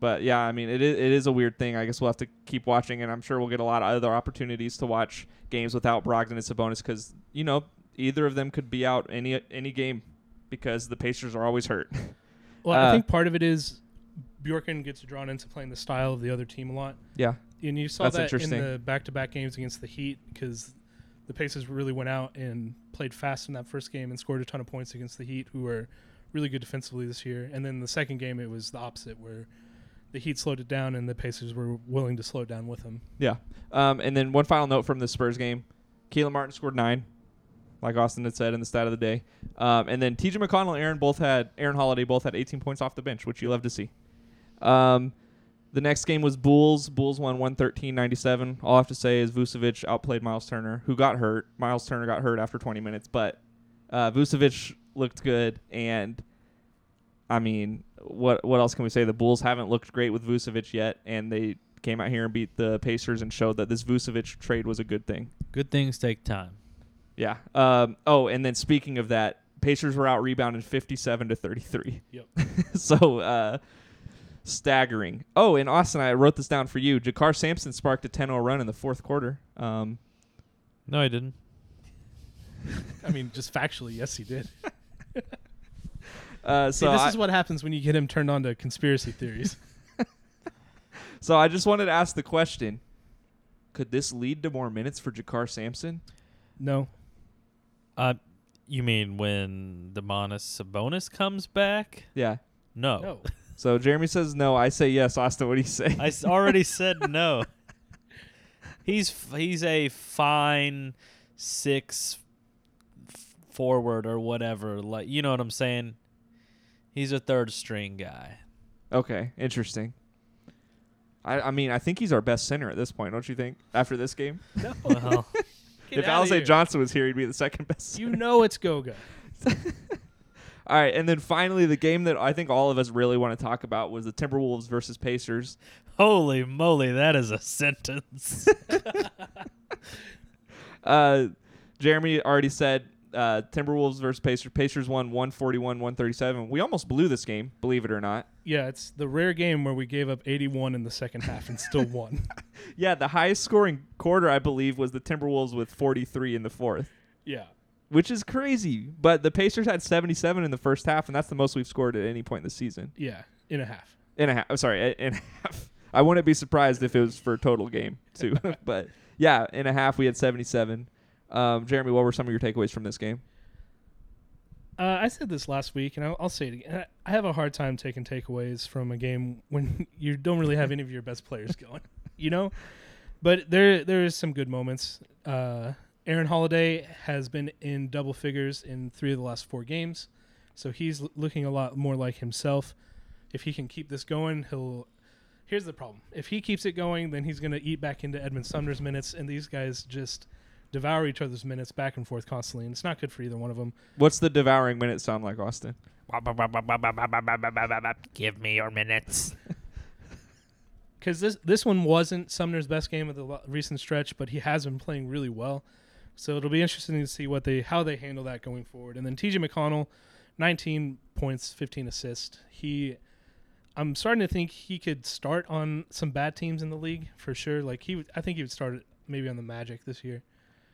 Speaker 3: but yeah, I mean, it is, it is a weird thing. I guess we'll have to keep watching, and I'm sure we'll get a lot of other opportunities to watch games without Brogdon and Sabonis because you know either of them could be out any any game because the Pacers are always hurt. [laughs]
Speaker 2: Well, I
Speaker 3: Uh,
Speaker 2: think part of it is Bjorken gets drawn into playing the style of the other team a lot.
Speaker 3: yeah,
Speaker 2: And you saw
Speaker 3: That's
Speaker 2: that in
Speaker 3: interesting.
Speaker 2: the back-to-back games against the Heat because the Pacers really went out and played fast in that first game and scored a ton of points against the Heat, who were really good defensively this year. And then the second game, it was the opposite, where the Heat slowed it down and the Pacers were willing to slow it down with them.
Speaker 3: yeah. Um, and then one final note from the Spurs game: Keelan Martin scored nine, like Austin had said in the stat of the day. Um, and then T.J. McConnell, Aaron both had Aaron Holiday both had 18 points off the bench, which you love to see. Um, the next game was Bulls. Bulls won 113-97. All I have to say is Vucevic outplayed Miles Turner, who got hurt. Miles Turner got hurt after 20 minutes, but uh, Vucevic looked good. And I mean, what what else can we say? The Bulls haven't looked great with Vucevic yet, and they came out here and beat the Pacers and showed that this Vucevic trade was a good thing.
Speaker 4: Good things take time.
Speaker 3: Yeah. Um, oh, and then speaking of that, Pacers were out rebounded 57 to 33.
Speaker 2: Yep.
Speaker 3: [laughs] so uh, staggering. Oh, and Austin, I wrote this down for you. Jakar Sampson sparked a 10-0 run in the fourth quarter. Um,
Speaker 4: No, I didn't.
Speaker 2: I mean, just factually, yes, he did.
Speaker 3: uh,
Speaker 2: See,
Speaker 3: [laughs] so
Speaker 2: this
Speaker 3: I,
Speaker 2: is what happens when you get him turned on to conspiracy
Speaker 3: [laughs]
Speaker 2: theories.
Speaker 3: so I just wanted to ask the question: Could this lead to more minutes for Jakar Sampson?
Speaker 2: No,
Speaker 4: Uh, you mean when the Demonis Sabonis comes back?
Speaker 3: Yeah.
Speaker 4: No.
Speaker 3: Oh.
Speaker 2: no.
Speaker 3: [laughs] So Jeremy says no. I say yes. Austin, what do you say?
Speaker 4: I s- already said no. He's f- he's a fine six f- forward or whatever. Like you know what I'm saying. He's a third string guy.
Speaker 3: okay, interesting. I, I mean, I think he's our best center at this point, don't you think? After this game,
Speaker 4: Well,
Speaker 2: [laughs] Get
Speaker 3: if
Speaker 2: outta
Speaker 3: Alize
Speaker 2: here.
Speaker 3: Johnson was here, he'd be the second best.
Speaker 2: you
Speaker 3: center.
Speaker 2: know it's Goga.
Speaker 3: [laughs] All right, and then finally, the game that I think all of us really want to talk about was the Timberwolves versus Pacers.
Speaker 4: holy moly, that is a sentence.
Speaker 3: Uh, Jeremy already said uh, Timberwolves versus Pacers. Pacers won 141 137. We almost blew this game, believe it or not.
Speaker 2: Yeah, it's the rare game where we gave up 81 in the second half and still
Speaker 3: [laughs]
Speaker 2: won.
Speaker 3: Yeah, the highest scoring quarter, I believe, was the Timberwolves with 43 in the fourth,
Speaker 2: Yeah.
Speaker 3: which is crazy. But the Pacers had 77 in the first half, and that's the most we've scored at any point this season.
Speaker 2: Yeah, in a half.
Speaker 3: and a half. I'm sorry, a- and a half. I wouldn't be surprised if it was for a total game too. [laughs] but yeah, in a half we had 77. Um, Jeremy, what were some of your takeaways from this game?
Speaker 2: Uh, I said this last week, and I'll, I'll say it again. I have a hard time taking takeaways from a game when [laughs] you don't really have any of your best players going, you know. But there, there is some good moments. Uh, Aaron Holiday has been in double figures in three of the last four games, so he's l- looking a lot more like himself. If he can keep this going, he'll. Here's the problem: if he keeps it going, then he's going to eat back into Edmund Sumner's minutes, and these guys just devour each other's minutes back and forth constantly, and it's not good for either one of them.
Speaker 3: What's the devouring minute sound like, Austin?
Speaker 4: Give me your minutes.
Speaker 2: because this this one wasn't Sumner's best game of the lo- recent stretch, but he has been playing really well. So it'll be interesting to see what they how they handle that going forward. And then T.J. McConnell, 19 points, 15 assists. He, I'm starting to think he could start on some bad teams in the league for sure. Like he, would- I think he would start maybe on the Magic this
Speaker 4: [laughs]
Speaker 2: year.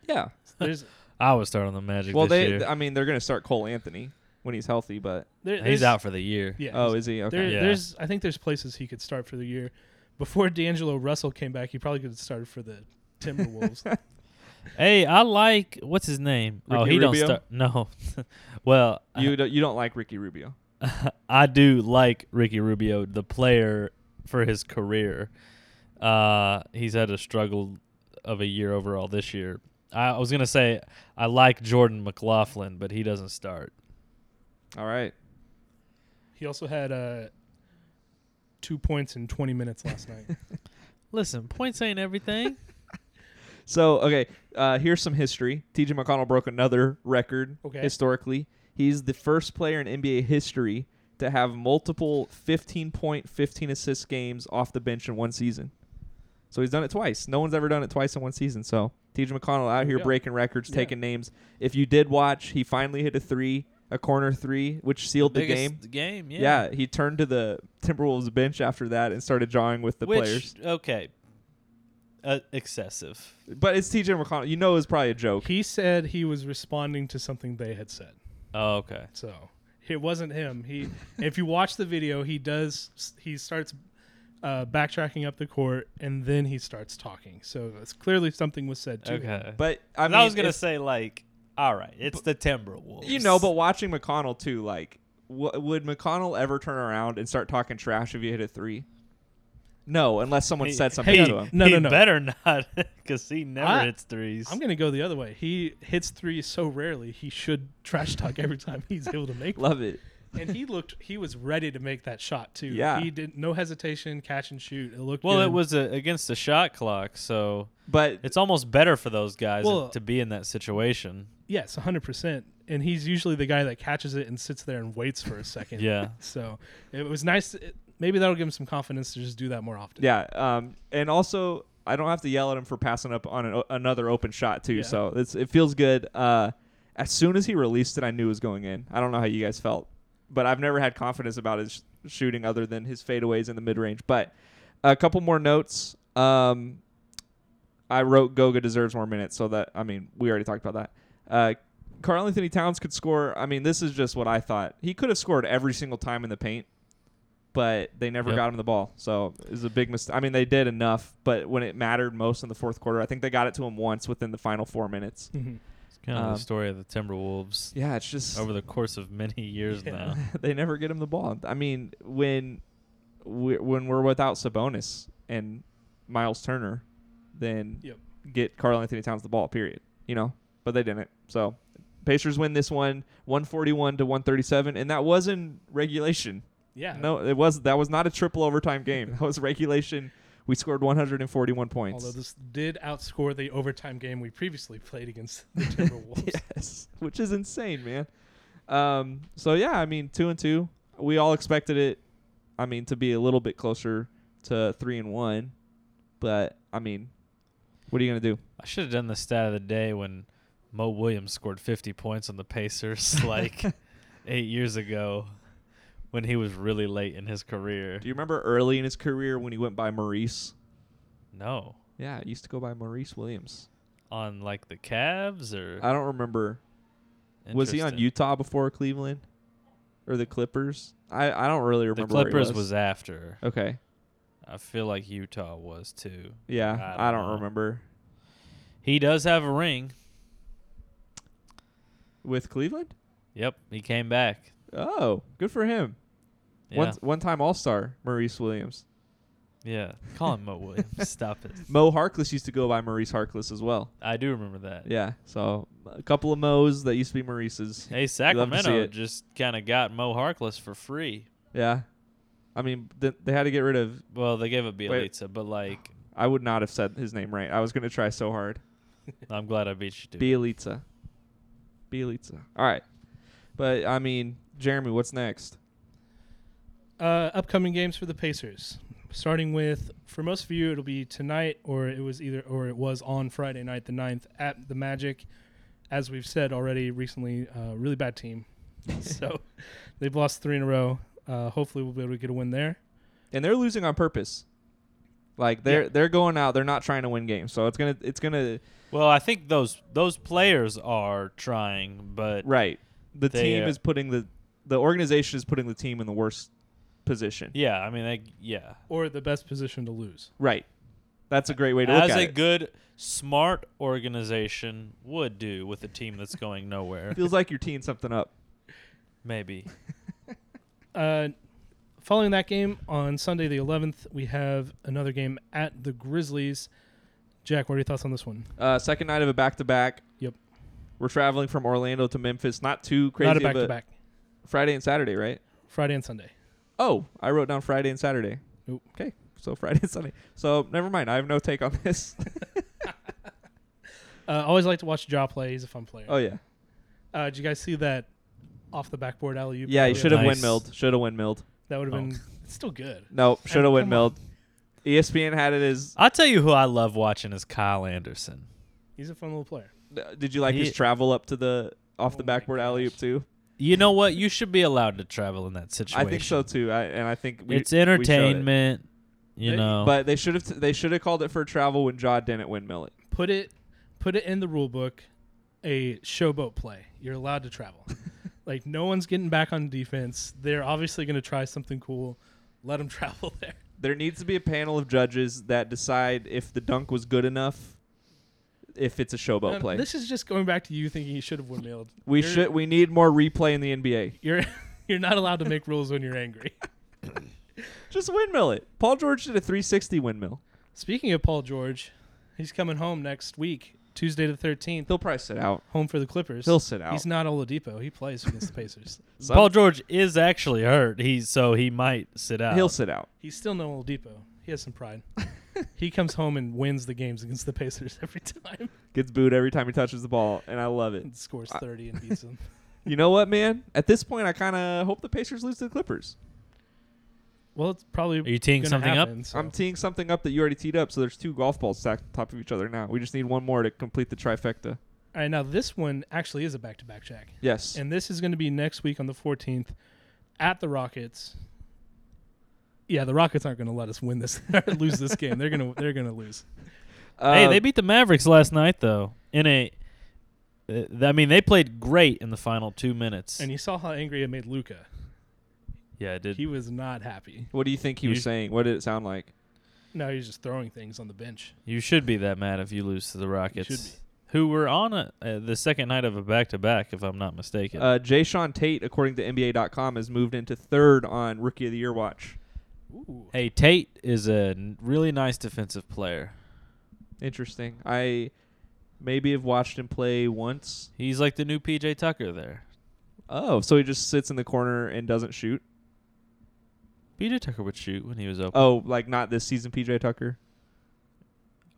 Speaker 3: Yeah.
Speaker 2: There's
Speaker 4: [laughs] I would start on the Magic
Speaker 3: Well,
Speaker 4: this
Speaker 3: they.
Speaker 4: year.
Speaker 3: I mean, they're going to start Cole Anthony, when he's healthy, but
Speaker 2: There-
Speaker 4: He's
Speaker 2: there's-
Speaker 4: out for the year.
Speaker 2: Yeah.
Speaker 3: oh, is he? Okay.
Speaker 2: There,
Speaker 4: Yeah.
Speaker 2: There's, I think there's places he could start for the year. Before D'Angelo Russell came back, he probably could have started for the
Speaker 4: [laughs]
Speaker 2: Timberwolves.
Speaker 4: Hey, I like what's his name? oh,
Speaker 3: Ricky
Speaker 4: he
Speaker 3: Rubio?
Speaker 4: don't start. No, [laughs] well,
Speaker 3: you do, you don't like Ricky Rubio.
Speaker 4: I do like Ricky Rubio, the player for his career. Uh, he's had a struggle of a year overall this year. I I was gonna say I like Jordan McLaughlin, but he doesn't start.
Speaker 3: All right.
Speaker 2: he also had uh, two points in 20 minutes last
Speaker 4: [laughs]
Speaker 2: night.
Speaker 4: Listen, points ain't everything.
Speaker 3: So okay, uh, here's some history. T.J. McConnell broke another record
Speaker 2: Okay.
Speaker 3: historically. He's the first player in NBA history to have multiple 15 point, 15 assist games off the bench in one season. So he's done it twice. No one's ever done it twice in one season. So T.J. McConnell out
Speaker 2: There we
Speaker 3: here
Speaker 2: go.
Speaker 3: breaking records,
Speaker 2: Yeah.
Speaker 3: taking names. If you did watch, he finally hit a three, a corner three, which sealed [laughs] the, game.
Speaker 4: game, yeah.
Speaker 3: Yeah. he turned to the Timberwolves bench after that and started jawing with the
Speaker 4: Which,
Speaker 3: players.
Speaker 4: Okay, uh, excessive.
Speaker 3: But it's T.J. McConnell. You know, it's probably a joke.
Speaker 2: he said he was responding to something they had said.
Speaker 4: Oh, okay.
Speaker 2: So it wasn't him.
Speaker 4: [laughs]
Speaker 2: He, if you watch the video, he does. He starts uh, backtracking up the court, and then he starts talking. So it's clearly something was said to him.
Speaker 4: Okay.
Speaker 3: But I
Speaker 4: I,
Speaker 3: mean,
Speaker 4: was gonna
Speaker 3: if-
Speaker 4: say like, all right, it's the Timberwolves.
Speaker 3: you know,
Speaker 4: [laughs]
Speaker 3: but watching McConnell too, like, w- would McConnell ever turn around and start talking trash if you hit a three? No, unless someone
Speaker 4: Hey-
Speaker 3: said something
Speaker 4: hey,
Speaker 3: to him.
Speaker 2: No,
Speaker 4: he
Speaker 2: no, no.
Speaker 4: better not, [laughs] because he never
Speaker 2: I-
Speaker 4: hits 3s
Speaker 2: I'm gonna go the other way. He hits threes so rarely. He should trash talk every time he's able to
Speaker 4: [laughs]
Speaker 2: make.
Speaker 3: Love it.
Speaker 2: one. And he looked. He was ready to make that shot too.
Speaker 3: Yeah.
Speaker 2: He did no hesitation, catch and shoot. It looked.
Speaker 4: well,
Speaker 2: good.
Speaker 4: it was uh against the shot clock, so
Speaker 3: But
Speaker 4: it's almost better for those guys
Speaker 2: Well-
Speaker 4: to be in that situation.
Speaker 2: yes, 100. percent And he's usually the guy that catches it and sits there and waits for a second.
Speaker 4: Yeah.
Speaker 2: [laughs] So it was nice. to- maybe that'll give him some confidence to just do that more often. [laughs]
Speaker 3: yeah, um, and also I don't have to yell at him for passing up on an o- another open shot too.
Speaker 2: Yeah.
Speaker 3: So it's it feels good. Uh, as soon as he released it, I knew it was going in. I don't know how you guys felt, but I've never had confidence about his sh- shooting other than his fadeaways in the mid range. But a couple more notes. Um, I wrote Goga deserves more minutes, so that I mean we already talked about that. Uh, Carl Anthony Towns could score. I mean, this is just what I thought. He could have scored every single time in the paint, but they never
Speaker 4: Yep.
Speaker 3: got him the ball. So it was a big mistake. I mean, they did enough, but when it mattered most in the fourth quarter, I think they got it to him once within the final four minutes.
Speaker 2: Mhm.
Speaker 4: It's kind of
Speaker 3: Um,
Speaker 4: the story of the Timberwolves
Speaker 3: Yeah, it's just
Speaker 4: over the course of many years
Speaker 2: Yeah.
Speaker 3: [laughs]
Speaker 4: now.
Speaker 3: they never get him the ball. I mean, when we when we're without Sabonis and Miles Turner, then
Speaker 2: Yep.
Speaker 3: get Carl Anthony Towns the ball. Period. You know, but they didn't. So Pacers win this one, one forty one to one thirty seven, and that was in regulation.
Speaker 2: Yeah.
Speaker 3: No, it was that was not a triple overtime game. That was regulation. We scored one hundred and forty one points.
Speaker 2: Although this did outscore the overtime game we previously played against the
Speaker 3: [laughs]
Speaker 2: Timberwolves.
Speaker 3: yes, which is insane, man. Um, so yeah, I mean, two and two. We all expected it. I mean, to be a little bit closer to three and one, but I mean, what are you gonna do?
Speaker 4: I should have done the stat of the day when Mo Williams scored 50 points on
Speaker 3: [laughs]
Speaker 4: the Pacers like eight years ago when he was really late in his career.
Speaker 3: Do you remember early in his career when he went by Maurice?
Speaker 4: no,
Speaker 3: Yeah, he used to go by Maurice Williams.
Speaker 4: on like the Cavs or
Speaker 3: I don't remember. Uh, Was he on
Speaker 4: Interesting.
Speaker 3: Utah before Cleveland or the Clippers? I, I don't really
Speaker 4: The
Speaker 3: remember. where he
Speaker 4: Clippers was.
Speaker 3: was
Speaker 4: after.
Speaker 3: okay.
Speaker 4: I feel like Utah was too.
Speaker 3: Yeah, I
Speaker 4: I
Speaker 3: don't,
Speaker 4: don't know.
Speaker 3: remember
Speaker 4: He does have a ring.
Speaker 3: with Cleveland.
Speaker 4: Yep, he came back.
Speaker 3: Oh, good for him.
Speaker 4: Yeah,
Speaker 3: One one time All Star Maurice Williams.
Speaker 4: yeah. Call him Mo Williams. [laughs] Stop it.
Speaker 3: Mo Harkless used to go by Maurice Harkless as well.
Speaker 4: I do remember that.
Speaker 3: Yeah, so a couple of Mo's that used to be Maurice's.
Speaker 4: Hey,
Speaker 3: love to see
Speaker 4: Sacramento
Speaker 3: it.
Speaker 4: just kind of got Mo Harkless for free.
Speaker 3: Yeah, I mean th- they had to get rid of.
Speaker 4: Well, they gave it
Speaker 3: Wait.
Speaker 4: Bielitsa, but like,
Speaker 3: I would not have said his name right. I was gonna try so hard.
Speaker 4: I'm glad I beat you. To it.
Speaker 3: Bielitsa. Bielitsa. All right, but I mean Jeremy, what's next?
Speaker 2: Uh, upcoming games for the Pacers, starting with for most of you, it'll be tonight, or it was either, or it was on Friday night, the 9th, at the Magic. As we've said already recently, uh, really bad
Speaker 3: [laughs]
Speaker 2: team. so they've lost three in a row. Uh, hopefully, we'll be able to get a win there.
Speaker 3: And they're losing on purpose. Like they're
Speaker 2: Yeah.
Speaker 3: they're going out. They're not trying to win games. So it's gonna it's gonna
Speaker 4: Well, I think those those players are trying, but
Speaker 3: right. The
Speaker 4: They,
Speaker 3: team
Speaker 4: uh,
Speaker 3: is putting the the organization is putting the team in the worst position.
Speaker 4: Yeah, I mean, like, yeah.
Speaker 2: or the best position to lose.
Speaker 3: Right. That's a great way to
Speaker 4: As
Speaker 3: look at
Speaker 4: a
Speaker 3: it.
Speaker 4: good, smart organization would do with a team that's going nowhere.
Speaker 3: Feels like you're teeing something up.
Speaker 4: Maybe.
Speaker 2: Uh, following that game on Sunday the 11th, we have another game at the Grizzlies. Jack, what are your thoughts on this one?
Speaker 3: Uh, second night of a back to back.
Speaker 2: Yep.
Speaker 3: We're traveling from Orlando to Memphis. Not too crazy.
Speaker 2: Not a
Speaker 3: of
Speaker 2: back to back.
Speaker 3: Friday and Saturday, right?
Speaker 2: Friday and Sunday.
Speaker 3: Oh, I wrote down Friday and Saturday.
Speaker 2: Nope.
Speaker 3: Okay, so Friday and Sunday. So never mind. I have no take on this.
Speaker 2: Uh, I always like to watch Jaw play. He's a fun player.
Speaker 3: oh yeah,
Speaker 2: Uh, did you guys see that off the backboard alley oop?
Speaker 3: yeah. You should have
Speaker 4: Nice.
Speaker 3: windmilled. Should have windmilled.
Speaker 2: That would have
Speaker 4: Oh.
Speaker 2: been it's still good.
Speaker 3: No, should have
Speaker 2: Hey, come on.
Speaker 3: windmilled. E ESPN had it as.
Speaker 4: I'll tell you who I love watching is Kyle Anderson.
Speaker 2: He's a fun little player.
Speaker 3: Did you like
Speaker 4: He-
Speaker 3: his travel up to the off
Speaker 2: Oh
Speaker 3: the
Speaker 2: my
Speaker 3: backboard
Speaker 2: gosh.
Speaker 3: alley oop too?
Speaker 4: You know what? You should be allowed to travel in that situation.
Speaker 3: I think so too. I, and I think we,
Speaker 4: it's
Speaker 3: we showed it.
Speaker 4: entertainment, you
Speaker 2: They-
Speaker 4: know.
Speaker 3: But they should have t- they should have called it for a travel when Jaw didn't windmill it.
Speaker 2: Put it put it in the rule book a showboat play. You're allowed to
Speaker 3: [laughs]
Speaker 2: travel. like no one's getting back on defense. They're obviously going to try something cool. Let them [laughs] travel there.
Speaker 3: There needs to be a panel of judges that decide if the dunk was good enough, if it's a
Speaker 2: Uh,
Speaker 3: showboat play.
Speaker 2: This is just going back to you thinking you should have windmilled.
Speaker 3: we
Speaker 2: You're-
Speaker 3: should we need more replay in the NBA.
Speaker 2: [laughs] You're [laughs] you're not allowed to make rules when you're
Speaker 3: [laughs]
Speaker 2: angry.
Speaker 3: Just windmill it. Paul George did a 360 windmill.
Speaker 2: Speaking of Paul George, he's coming home next week, Tuesday the 13th,
Speaker 3: He'll probably sit out.
Speaker 2: home for the Clippers.
Speaker 3: He'll sit out.
Speaker 2: He's not Oladipo. He plays against the
Speaker 3: [laughs]
Speaker 2: Pacers.
Speaker 3: Some-
Speaker 4: Paul George is actually hurt. He so he might sit out.
Speaker 3: He'll sit out.
Speaker 2: He's still no Oladipo. He has some pride. he comes home and wins the games against the Pacers every time [laughs]
Speaker 3: Gets booed every time he touches the ball, and I love it.
Speaker 2: and scores 30 and
Speaker 3: [laughs]
Speaker 2: beats them.
Speaker 3: You know what, man? At this point, I kind of hope the Pacers lose to the Clippers.
Speaker 2: Well, it's probably
Speaker 4: Are you teeing
Speaker 2: gonna
Speaker 4: something up?
Speaker 2: happen, so-
Speaker 3: I'm teeing something up that you already teed up, so there's two golf balls stacked on top of each other now. We just need one more to complete the trifecta.
Speaker 2: All right, now this one actually is a back-to-back check.
Speaker 3: Yes.
Speaker 2: And this is going to be next week on the 14th at the Rockets. Yeah, the Rockets aren't going to let us win this [laughs] lose this game. They're going to they're going to lose.
Speaker 3: Uh,
Speaker 4: hey, they beat the Mavericks last night though. In a, uh, th- I mean, they played great in the final two minutes.
Speaker 2: And you saw how angry it made Luca.
Speaker 4: yeah, it did.
Speaker 2: He was not happy.
Speaker 3: What do you think he was
Speaker 4: You-
Speaker 3: saying? What did it sound like?
Speaker 2: No, he's just throwing things on the bench.
Speaker 4: you should be that mad if you lose to the Rockets,
Speaker 2: should be.
Speaker 4: who were on a, uh, the second night of a back-to-back, if I'm not mistaken.
Speaker 3: Uh, Jay Sean Tate, according to NBA.com, has moved into third on Rookie of the Year watch.
Speaker 2: Ooh.
Speaker 4: hey, Tate is a n- really nice defensive player.
Speaker 3: Interesting. I maybe have watched him play once.
Speaker 4: He's like the new PJ Tucker there.
Speaker 3: Oh, so he just sits in the corner and doesn't shoot.
Speaker 4: PJ Tucker would shoot when he was open.
Speaker 3: Oh, like not this season, PJ Tucker.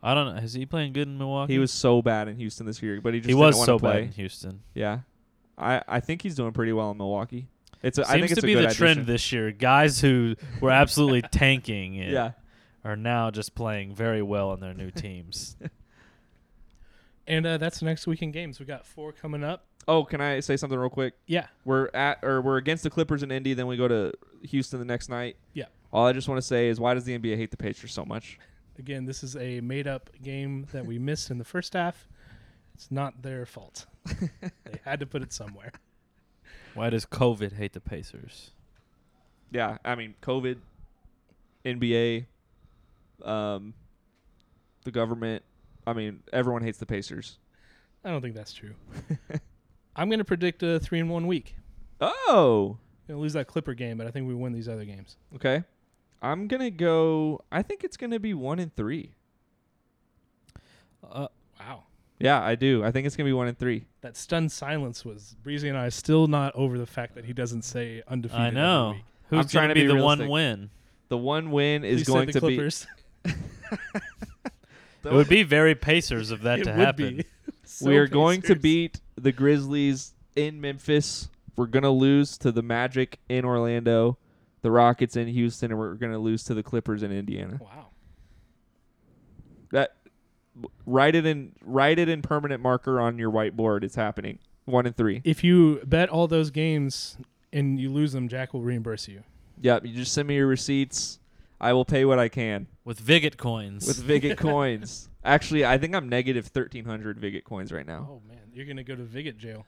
Speaker 4: I don't know. Is he playing good in Milwaukee?
Speaker 3: He was so bad in Houston this year, but he just
Speaker 4: He
Speaker 3: didn't
Speaker 4: was
Speaker 3: want
Speaker 4: so
Speaker 3: to play.
Speaker 4: bad in Houston.
Speaker 3: Yeah, I I think he's doing pretty well in Milwaukee. It's a,
Speaker 4: Seems
Speaker 3: I think it's a
Speaker 4: to be the
Speaker 3: good
Speaker 4: trend
Speaker 3: addition.
Speaker 4: this year. Guys who
Speaker 3: [laughs]
Speaker 4: were absolutely tanking it
Speaker 3: yeah.
Speaker 4: are now just playing very well on their
Speaker 3: [laughs]
Speaker 4: new teams.
Speaker 2: And uh, that's next week in games. We got four coming up.
Speaker 3: Oh, can I say something real quick?
Speaker 2: Yeah.
Speaker 3: We're at or we're against the Clippers in Indy, then we go to Houston the next night.
Speaker 2: Yeah.
Speaker 3: All I just want to say is, why does the NBA hate the Pacers so much?
Speaker 2: Again, this is a made up game that we missed in the first half. It's not their fault. they had to put it somewhere.
Speaker 4: Why does COVID hate the Pacers?
Speaker 3: Yeah, I mean, COVID, NBA, um, the government. I mean, everyone hates the Pacers.
Speaker 2: I don't think that's true. [laughs] I'm going to predict a three in one week.
Speaker 3: Oh,
Speaker 2: Going to lose that Clipper game, but I think we win these other games.
Speaker 3: okay. I'm gonna go. I think it's gonna be one and three.
Speaker 4: Uh,
Speaker 2: Wow.
Speaker 3: Yeah, I do. I think it's gonna be one and three.
Speaker 2: That stunned silence was Breezy and I are still not over the fact that he doesn't say undefeated.
Speaker 4: I
Speaker 2: every
Speaker 4: know.
Speaker 2: week.
Speaker 4: Who's
Speaker 3: I'm trying
Speaker 4: gonna
Speaker 3: to
Speaker 4: be,
Speaker 3: be
Speaker 4: the one
Speaker 3: realistic.
Speaker 4: win?
Speaker 3: The one win is
Speaker 2: Please say
Speaker 3: going
Speaker 2: the
Speaker 3: to [laughs]
Speaker 2: Clippers.
Speaker 3: be.
Speaker 4: It would be very Pacers
Speaker 3: [laughs]
Speaker 4: of that
Speaker 2: it
Speaker 4: to
Speaker 2: would
Speaker 4: happen.
Speaker 2: be. [laughs] So
Speaker 3: we are going to
Speaker 2: Pacers.
Speaker 3: beat the Grizzlies in Memphis. We're gonna lose to the Magic in Orlando, the Rockets in Houston, and we're gonna lose to the Clippers in Indiana.
Speaker 2: Wow.
Speaker 3: That write it in write it in permanent marker on your whiteboard. It's happening. One and three.
Speaker 2: If you bet all those games and you lose them, Jack will reimburse you.
Speaker 3: Yep. You just send me your receipts. I will pay what I can
Speaker 4: [laughs] With Viget coins.
Speaker 3: with Viget coins. Actually, I think I'm negative thirteen hundred Viget coins right now.
Speaker 2: Oh man, you're gonna go to Vigot jail.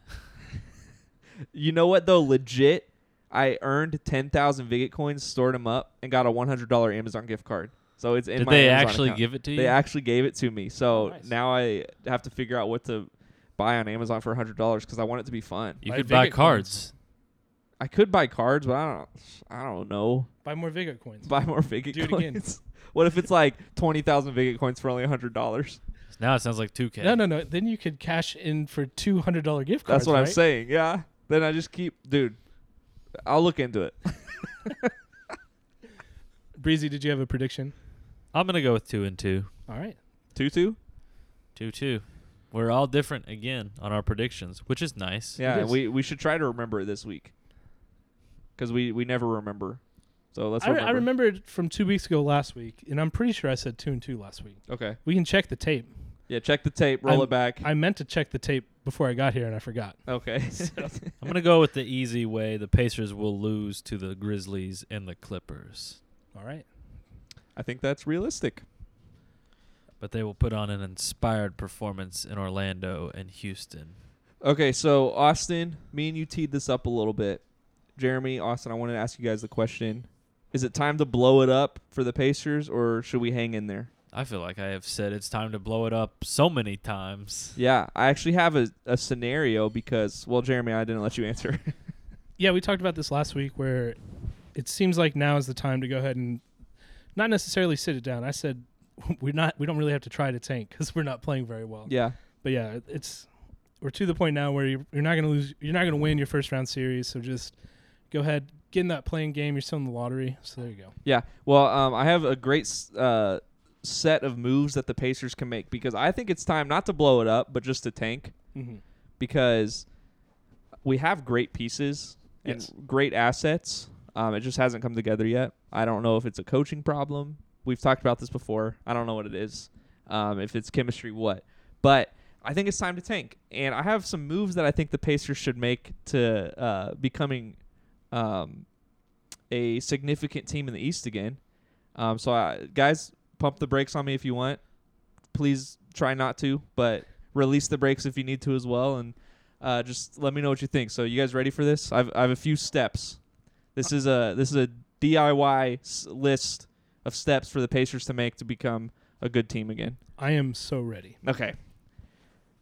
Speaker 3: You know what though? Legit, I earned ten thousand Viget coins, stored them up, and got a one hundred dollar Amazon gift card. So it's in
Speaker 4: Did
Speaker 3: my
Speaker 4: they
Speaker 3: Amazon
Speaker 4: actually
Speaker 3: account.
Speaker 4: give it to you?
Speaker 3: They actually gave it to me. So
Speaker 2: Oh, nice.
Speaker 3: now I have to figure out what to buy on Amazon for hundred dollars because I want it to be fun.
Speaker 4: you
Speaker 2: Buy
Speaker 4: could buy
Speaker 2: Viget coins.
Speaker 4: cards.
Speaker 3: I could buy cards, but I don't. I don't know. [laughs]
Speaker 2: Buy more Vigor coins.
Speaker 3: Buy more Viget
Speaker 2: Do it
Speaker 3: coins. [laughs]
Speaker 2: again.
Speaker 3: What if it's like twenty thousand Viget coins for only hundred dollars?
Speaker 4: Now it sounds like 2K.
Speaker 2: No, no, no. Then you could cash in for two hundred dollar gift cards.
Speaker 3: That's what I'm
Speaker 2: right?
Speaker 3: saying. Yeah. Then I just keep, dude. I'll look into it.
Speaker 2: Breezy, did you have a prediction?
Speaker 4: I'm gonna go with two and two.
Speaker 2: All right.
Speaker 3: Tutu.
Speaker 4: Two two. We're all different again on our predictions, which is nice.
Speaker 3: Yeah, and
Speaker 2: is.
Speaker 3: we we should try to remember it this week because we we never remember. So let's
Speaker 2: I, re-
Speaker 3: remember.
Speaker 2: I remembered from two weeks ago last week, and I'm pretty sure I said two and two last week.
Speaker 3: Okay.
Speaker 2: We can check the tape.
Speaker 3: Yeah. Check the tape. Roll
Speaker 2: I'm-
Speaker 3: it back.
Speaker 2: I meant to check the tape before I got here, and I forgot. [laughs]
Speaker 3: okay. [laughs]
Speaker 4: I'm gonna go with the easy way. The Pacers will lose to the Grizzlies and the Clippers,
Speaker 2: All right.
Speaker 3: I think that's realistic.
Speaker 4: but they will put on an inspired performance in Orlando and Houston.
Speaker 3: Okay. So Austin, me and you teed this up a little bit. Jeremy, Austin, I wanted to ask you guys the question: Is it time to blow it up for the Pacers, or should we hang in there?
Speaker 4: I feel like I have said it's time to blow it up so many times.
Speaker 3: Yeah, I actually have a, a scenario because well, Jeremy, I didn't let
Speaker 2: [laughs]
Speaker 3: you answer.
Speaker 2: Yeah, we talked about this last week, where it seems like now is the time to go ahead and not necessarily sit it down. I said [laughs] we're not. We don't really have to try to tank because we're not playing very well.
Speaker 3: yeah.
Speaker 2: But yeah, it's we're to the point now where you're, you're not going to lose. You're not going to win your first round series. So just go ahead, get in that playing game. You're still in the lottery. So there you go.
Speaker 3: Yeah. Well, um, I have a great s- uh, set of moves that the Pacers can make because I think it's time not to blow it up, but just to tank
Speaker 2: Mm-hmm.
Speaker 3: because we have great pieces and
Speaker 2: Yes.
Speaker 3: great assets. Um, it just hasn't come together yet. I don't know if it's a coaching problem. We've talked about this before. I don't know what it is. Um, if it's chemistry, what? But I think it's time to tank. And I have some moves that I think the Pacers should make to uh, becoming um, a significant team in the East again. Um, so, I, guys, pump the brakes on me if you want. Please try not to, but release the brakes if you need to as well. And uh, just let me know what you think. So, you guys ready for this? I've I have a few steps. This is a this is a DIY s- list of steps for the Pacers to make to become a good team again.
Speaker 2: I am so ready.
Speaker 3: Okay.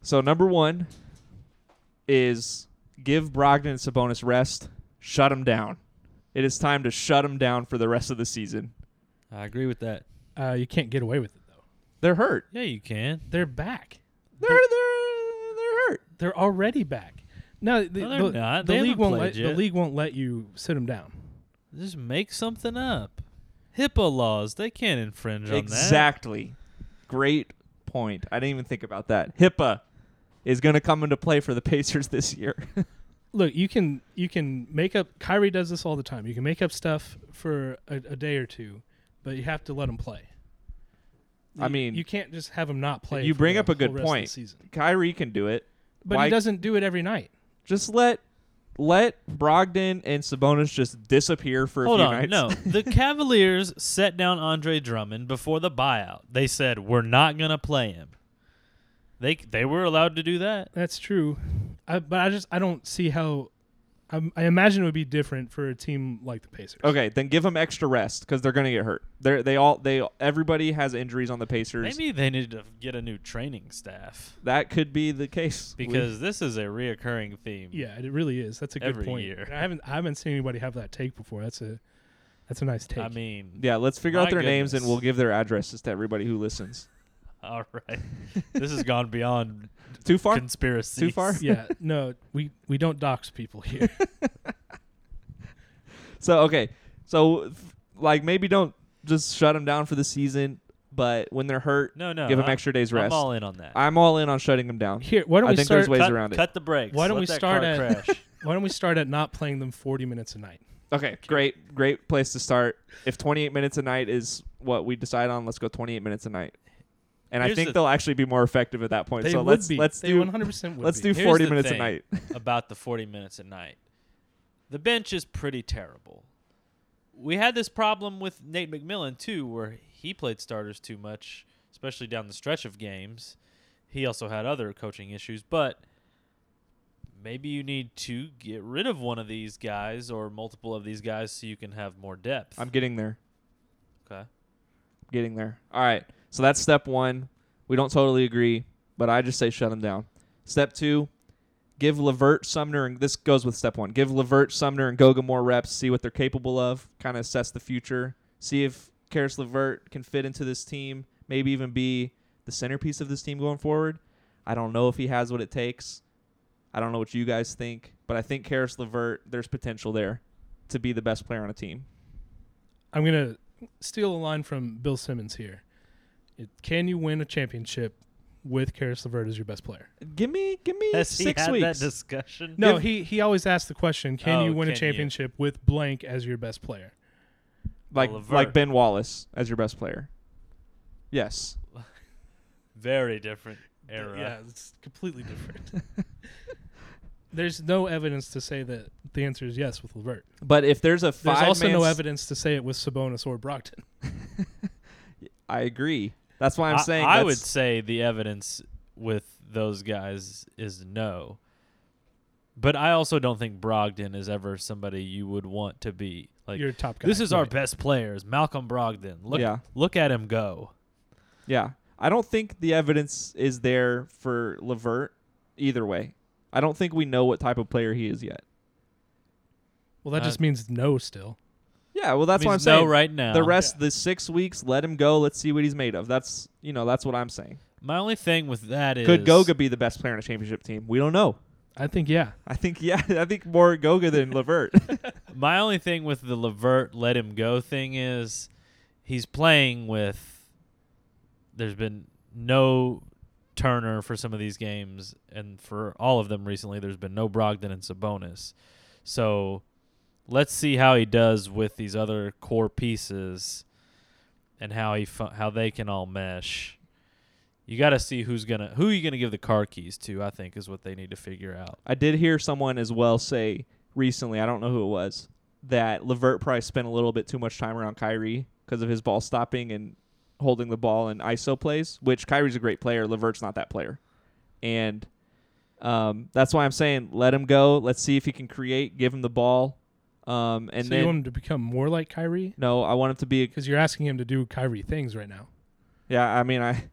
Speaker 3: So number one is give Brogdon and Sabonis rest. Shut him down. It is time to shut him down for the rest of the season.
Speaker 4: I agree with that.
Speaker 2: Uh, you can't get away with it though.
Speaker 3: They're hurt.
Speaker 4: Yeah, you can.
Speaker 2: They're back.
Speaker 3: They're they're they're hurt.
Speaker 2: They're already back. No, the,
Speaker 4: No, they're
Speaker 2: the,
Speaker 4: not.
Speaker 2: the
Speaker 4: They
Speaker 2: league
Speaker 4: haven't
Speaker 2: won't let
Speaker 4: played
Speaker 2: the
Speaker 4: yet.
Speaker 2: league won't let you sit them down.
Speaker 4: Just make something up. HIPAA laws, they can't infringe on that.
Speaker 3: Exactly. Great point. I didn't even think about that. HIPAA is going to come into play for the [laughs] Pacers this year.
Speaker 2: Look, you can you can make up. Kyrie does this all the time. You can make up stuff for a, a day or two, but you have to let them play.
Speaker 3: I
Speaker 2: You-
Speaker 3: mean,
Speaker 2: you can't just have them not play.
Speaker 3: you
Speaker 2: for
Speaker 3: bring
Speaker 2: the
Speaker 3: up a good
Speaker 2: whole rest of the
Speaker 3: point.
Speaker 2: season.
Speaker 3: Kyrie can do it.
Speaker 2: But
Speaker 3: Why-
Speaker 2: he doesn't do it every night.
Speaker 3: Just let let Brogdon and Sabonis just disappear for
Speaker 4: Hold
Speaker 3: a few nights.
Speaker 4: on, no. [laughs] The Cavaliers set down Andre Drummond before the buyout. They said we're not gonna play him. They they were allowed to do that.
Speaker 2: That's true, I, but I just I don't see how. I, I imagine it would be different for a team like the Pacers.
Speaker 3: [laughs] Okay, then give them extra rest because they're gonna get hurt. They they all they everybody has injuries on the Pacers.
Speaker 4: Maybe they need to get a new training staff
Speaker 3: That could be the case We-
Speaker 4: because this is a reoccurring theme.
Speaker 2: Yeah, it really is. That's a good
Speaker 4: Every
Speaker 2: point.
Speaker 4: year.
Speaker 2: I haven't I haven't seen anybody have that take before. That's a that's a nice take.
Speaker 4: I mean,
Speaker 3: yeah, let's figure out
Speaker 4: My
Speaker 3: their names and
Speaker 4: goodness.
Speaker 3: we'll give their addresses to everybody who listens.
Speaker 4: [laughs] all
Speaker 2: [laughs]
Speaker 4: right. this has gone beyond
Speaker 3: Too far?
Speaker 4: conspiracy.
Speaker 3: Too far? [laughs]
Speaker 2: yeah, no, we we don't dox people here.
Speaker 3: So okay, so f- like maybe don't just shut them down for the season, but when they're hurt,
Speaker 4: No, no.
Speaker 3: give them
Speaker 4: I'm-
Speaker 3: extra days
Speaker 4: I'm
Speaker 3: rest.
Speaker 4: all in on that.
Speaker 3: I'm all in on shutting them down.
Speaker 2: Here, why don't
Speaker 3: I
Speaker 2: we
Speaker 3: think
Speaker 2: start?
Speaker 3: there's ways
Speaker 4: cut,
Speaker 3: around it.
Speaker 4: cut the brakes.
Speaker 2: Why don't
Speaker 4: Let
Speaker 2: we
Speaker 4: that
Speaker 2: start
Speaker 4: car
Speaker 2: at-
Speaker 4: crash?
Speaker 2: Why don't we start at not playing them forty minutes a night?
Speaker 3: Okay, great, great place to start. If 28 minutes a night is what we decide on, let's go 28 minutes a night. And I
Speaker 4: Here's
Speaker 3: think
Speaker 4: the-
Speaker 3: they'll actually be more effective at that point.
Speaker 2: They
Speaker 3: so
Speaker 2: would
Speaker 3: let's
Speaker 2: be.
Speaker 3: let's
Speaker 2: they
Speaker 3: do
Speaker 2: one hundred percent would
Speaker 3: let's
Speaker 2: be.
Speaker 3: do
Speaker 4: Here's
Speaker 3: 40
Speaker 4: the
Speaker 3: minutes
Speaker 4: thing.
Speaker 3: a night.
Speaker 4: [laughs] about the 40 minutes a night. The bench is pretty terrible. We had this problem with Nate McMillan too where he played starters too much, especially down the stretch of games. He also had other coaching issues, but maybe you need to get rid of one of these guys or multiple of these guys so you can have more depth.
Speaker 3: I'm getting there.
Speaker 4: okay.
Speaker 3: Getting there. All right. So that's step one. We don't totally agree, but I just say shut him down. Step two, give Lavert Sumner and this goes with step one. Give Lavert Sumner and Goga more reps. See what they're capable of. Kind of assess the future. See if Karis Lavert can fit into this team. Maybe even be the centerpiece of this team going forward. I don't know if he has what it takes. I don't know what you guys think, but I think Karis Lavert, there's potential there to be the best player on a team.
Speaker 2: I'm gonna steal a line from Bill Simmons here. It, can you win a championship with Karis LeVert as your best player?
Speaker 3: Give me, give me
Speaker 4: Has he
Speaker 3: six
Speaker 4: had
Speaker 3: weeks.
Speaker 4: that discussion?
Speaker 2: No,
Speaker 3: If-
Speaker 2: he he always asks the question, can
Speaker 4: Oh,
Speaker 2: you win
Speaker 4: can
Speaker 2: a
Speaker 4: you?
Speaker 2: championship with blank as your best player?
Speaker 3: like
Speaker 4: Lavert.
Speaker 3: like Ben Wallace as your best player. Yes.
Speaker 4: Very different
Speaker 2: Th-
Speaker 4: era.
Speaker 2: Yeah, it's completely [laughs] different. There's no evidence to say that the answer is yes with LeVert.
Speaker 3: But if there's a five
Speaker 2: There's also
Speaker 3: man
Speaker 2: no
Speaker 3: s-
Speaker 2: evidence to say it with Sabonis or Brockton.
Speaker 3: I agree. That's why I'm
Speaker 4: I-
Speaker 3: saying
Speaker 4: I
Speaker 3: that's-
Speaker 4: would say the evidence with those guys is no. But I also don't think Brogdon is ever somebody you would want to be like.
Speaker 2: your top guy.
Speaker 4: this is our
Speaker 2: right.
Speaker 4: best players, Malcolm Brogdon. Look,
Speaker 3: Yeah.
Speaker 4: look at him go.
Speaker 3: Yeah. I don't think the evidence is there for Lavert either way. I don't think we know what type of player he is yet.
Speaker 2: Well, that
Speaker 4: Uh,
Speaker 2: just means no still.
Speaker 3: Yeah, well that's
Speaker 4: Means
Speaker 3: what I'm saying.
Speaker 4: No, right now.
Speaker 3: The rest the six weeks, let him go, let's see what he's made of. That's you know, that's what I'm saying.
Speaker 4: My only thing with that is
Speaker 3: Could Goga be the best player on a championship team? We don't know.
Speaker 2: I think yeah.
Speaker 3: I think [laughs] yeah, I think more Goga than Lavert.
Speaker 4: My only thing with the Levert let him go thing is he's playing with. There's been no Turner for some of these games, and for all of them recently, there's been no Brogdon and Sabonis. So let's see how he does with these other core pieces, and how he fu- how they can all mesh. You got to see who's gonna who you gonna give the car keys to. I think is what they need to figure out.
Speaker 3: I did hear someone as well say recently, I don't know who it was, that Levert probably spent a little bit too much time around Kyrie because of his ball stopping and holding the ball and ISO plays, which Kyrie's a great player. Levert's not that player. And um, that's why I'm saying let him go. Let's see if he can create, give him the ball. Um, and
Speaker 2: so
Speaker 3: then,
Speaker 2: you want him to become more like Kyrie
Speaker 3: no, I want him to be. A,
Speaker 2: because you're asking him to do Kyrie things right now.
Speaker 3: yeah, I mean, I,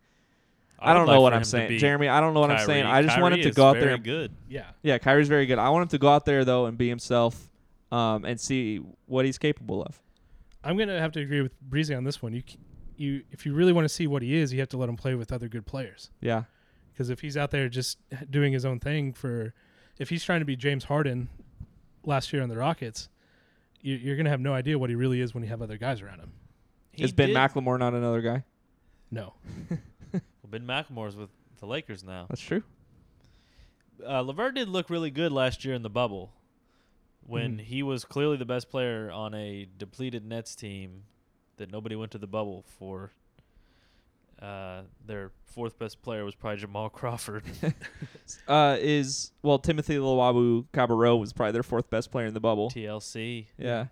Speaker 3: I,
Speaker 4: would
Speaker 3: don't
Speaker 4: like
Speaker 3: know
Speaker 4: for
Speaker 3: what
Speaker 4: him
Speaker 3: I'm
Speaker 4: to be
Speaker 3: saying. Jeremy, I don't know what I'm saying.
Speaker 4: Kyrie.
Speaker 3: I just want him
Speaker 4: Kyrie
Speaker 3: to
Speaker 4: is
Speaker 3: go out there
Speaker 4: very
Speaker 3: and
Speaker 4: good.
Speaker 2: Yeah.
Speaker 3: Yeah, Kyrie's very good. I want him to go out there though and be himself, um, and see what he's capable of.
Speaker 2: I'm gonna have to agree with Breezy on this one. You, c- you, if you really want to see what he is, you have to let him play with other good players.
Speaker 3: Yeah,
Speaker 2: Because if he's out there just doing his own thing for, if he's trying to be James Harden, last year on the Rockets, you, you're gonna have no idea what he really is when you have other guys around him.
Speaker 4: He
Speaker 3: is Ben
Speaker 4: did-
Speaker 3: McLemore not another guy?
Speaker 2: No,
Speaker 4: Well, Ben McLemore's with the Lakers now.
Speaker 3: That's true.
Speaker 4: Uh, Levert did look really good last year in the bubble when
Speaker 3: Hmm.
Speaker 2: Mhm.
Speaker 4: he was clearly the best player on a depleted Nets team that nobody went to the bubble for. Uh, their fourth best player was probably Jamal [laughs] Crawford.
Speaker 3: Uh, is well Timothy Lawabu Cabarro was probably their fourth best player in the bubble.
Speaker 4: TLC.
Speaker 3: yeah,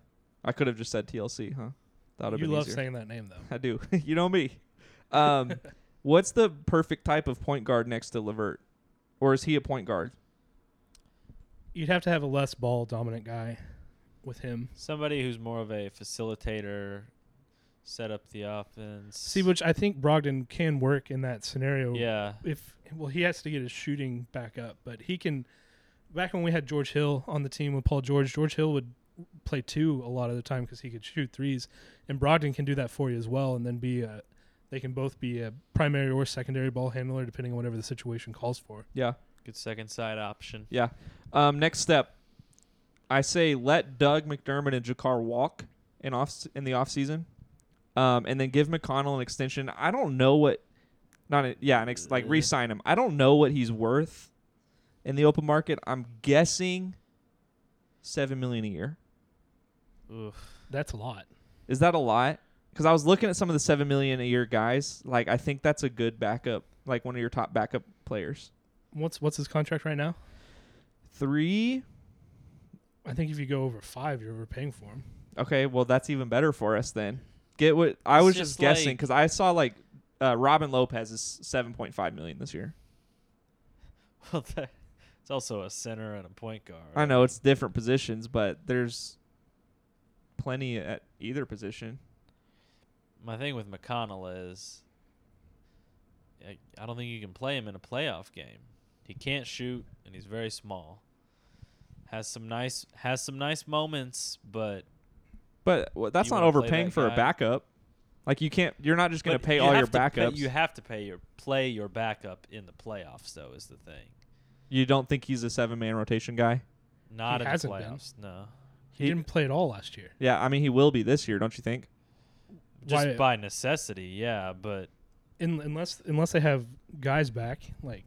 Speaker 3: I could have just said TLC, huh? That would
Speaker 2: you
Speaker 3: have been
Speaker 2: love
Speaker 3: easier.
Speaker 2: saying that name though.
Speaker 3: I do. [laughs] you know me.
Speaker 2: [laughs]
Speaker 3: Um, what's the perfect type of point guard next to Levert, or is he a point guard?
Speaker 2: You'd have to have a less ball dominant guy with him.
Speaker 4: Somebody who's more of a facilitator, set up the offense.
Speaker 2: See, which I think Brogdon can work in that scenario.
Speaker 4: Yeah.
Speaker 2: if well he has to get his shooting back up but he can back when we had george hill on the team with paul george george hill would play two a lot of the time because he could shoot threes and brogdon can do that for you as well and then be a they can both be a primary or secondary ball handler depending on whatever the situation calls for
Speaker 3: Yeah.
Speaker 4: Good second side option. [laughs]
Speaker 3: Yeah. Um, next step, I say let Doug McDermott and Jakar walk in off in the off season, um, and then give McConnell an extension. I don't know what, not a, yeah, an ex, like
Speaker 4: Uh.
Speaker 3: re-sign him. I don't know what he's worth in the open market. I'm guessing seven million a year.
Speaker 4: Oof.
Speaker 2: that's a lot
Speaker 3: Is that a lot? Because I was looking at some of the seven million a year guys. Like I think that's a good backup, like one of your top backup players.
Speaker 2: what's what's his contract right now
Speaker 3: Three.
Speaker 2: i think if you go over five you're overpaying for him
Speaker 3: Okay, well that's even better for us then. Get what I
Speaker 4: It's
Speaker 3: was just,
Speaker 4: just
Speaker 3: guessing
Speaker 4: like-
Speaker 3: because I saw like uh, Robin Lopez is seven point five million this year.
Speaker 4: Well, that, It's also a center and a point guard.
Speaker 3: I know it's different positions, but there's plenty at either position.
Speaker 4: My thing with McConnell is, I, I don't think you can play him in a playoff game. He can't shoot, and he's very small. Has some nice has some nice moments, but
Speaker 3: But well, that's
Speaker 4: You
Speaker 3: not
Speaker 4: wanna play
Speaker 3: overpaying
Speaker 4: that
Speaker 3: for a
Speaker 4: guy?
Speaker 3: backup. Like you can't. You're not just going
Speaker 4: but
Speaker 3: to pay
Speaker 4: you
Speaker 3: all your
Speaker 4: have to pay-
Speaker 3: backups.
Speaker 4: you have to pay your play your backup in the playoffs, though, is the thing.
Speaker 3: you don't think he's a seven man rotation guy?
Speaker 4: Not in the
Speaker 2: hasn't been.
Speaker 4: playoffs, no.
Speaker 2: He,
Speaker 3: He-
Speaker 2: didn't play at all last year.
Speaker 3: Yeah, I mean he will be this year, don't you think?
Speaker 4: Just
Speaker 2: Why-
Speaker 4: by necessity, yeah. But
Speaker 2: Un unless unless they have guys back, like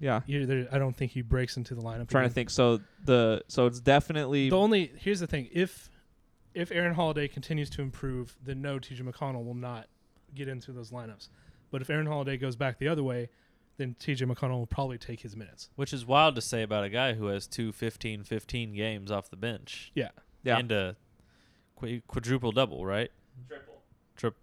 Speaker 3: Yeah.
Speaker 2: either I don't think he breaks into the lineup.
Speaker 3: I'm trying to
Speaker 2: again.
Speaker 3: think. So the so it's definitely
Speaker 2: The only here's the thing: if if Aaron Holiday continues to improve, then no, T.J. McConnell will not get into those lineups. But if Aaron Holiday goes back the other way, then T.J. McConnell will probably take his minutes.
Speaker 4: which is wild to say about a guy who has two 15-15 games off the bench.
Speaker 2: Yeah,
Speaker 3: yeah.
Speaker 4: and a qu- quadruple double, right? Triple.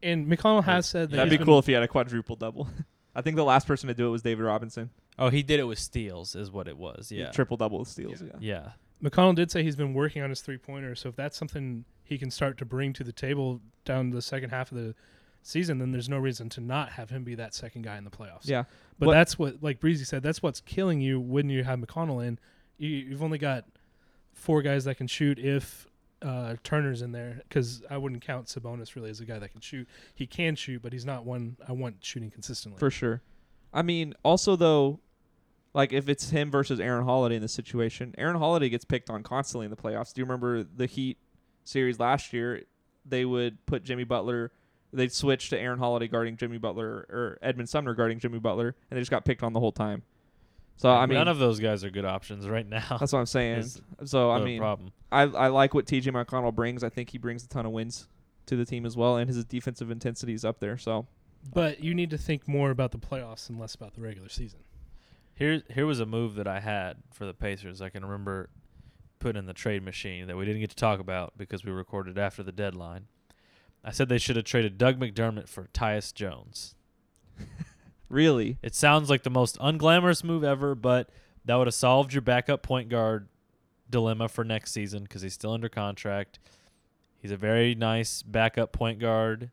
Speaker 2: and McConnell has said that
Speaker 3: That'd
Speaker 2: he's
Speaker 3: be
Speaker 2: been-
Speaker 3: cool if he had a quadruple double. [laughs] I think the last person to do it was David Robinson.
Speaker 4: Oh, he did it with steals, is what it was. Yeah.
Speaker 3: Triple double with steals. Yeah.
Speaker 4: Yeah.
Speaker 2: McConnell did say he's been working on his three pointer, so if that's something he can start to bring to the table down the second half of the season, then there's no reason to not have him be that second guy in the playoffs.
Speaker 3: Yeah.
Speaker 2: But
Speaker 3: What-
Speaker 2: that's what, like Breezy said, that's what's killing you when you have McConnell in. You, you've only got four guys that can shoot if uh, Turner's in there, because I wouldn't count Sabonis really as a guy that can shoot. He can shoot, but he's not one I want shooting consistently.
Speaker 3: For sure. I mean, also though, like if it's him versus Aaron Holiday in this situation, Aaron Holiday gets picked on constantly in the playoffs. Do you remember the Heat series last year? They would put Jimmy Butler, they'd switch to Aaron Holiday guarding Jimmy Butler or Edmund Sumner guarding Jimmy Butler, and they just got picked on the whole time. So I mean,
Speaker 4: none of those guys are good options right now. [laughs]
Speaker 3: that's what I'm saying.
Speaker 4: is
Speaker 3: So I
Speaker 4: the
Speaker 3: mean,
Speaker 4: problem.
Speaker 3: I I like what T.J. McConnell brings. I think he brings a ton of wins to the team as well, and his defensive intensity is up there. So
Speaker 2: But you need to think more about the playoffs and less about the regular season.
Speaker 4: Here, here was a move that I had for the Pacers. I can remember putting in the trade machine that we didn't get to talk about because we recorded after the deadline. I said they should have traded Doug McDermott for Tyus Jones.
Speaker 3: really,
Speaker 4: It sounds like the most unglamorous move ever, but that would have solved your backup point guard dilemma for next season because he's still under contract. He's a very nice backup point guard,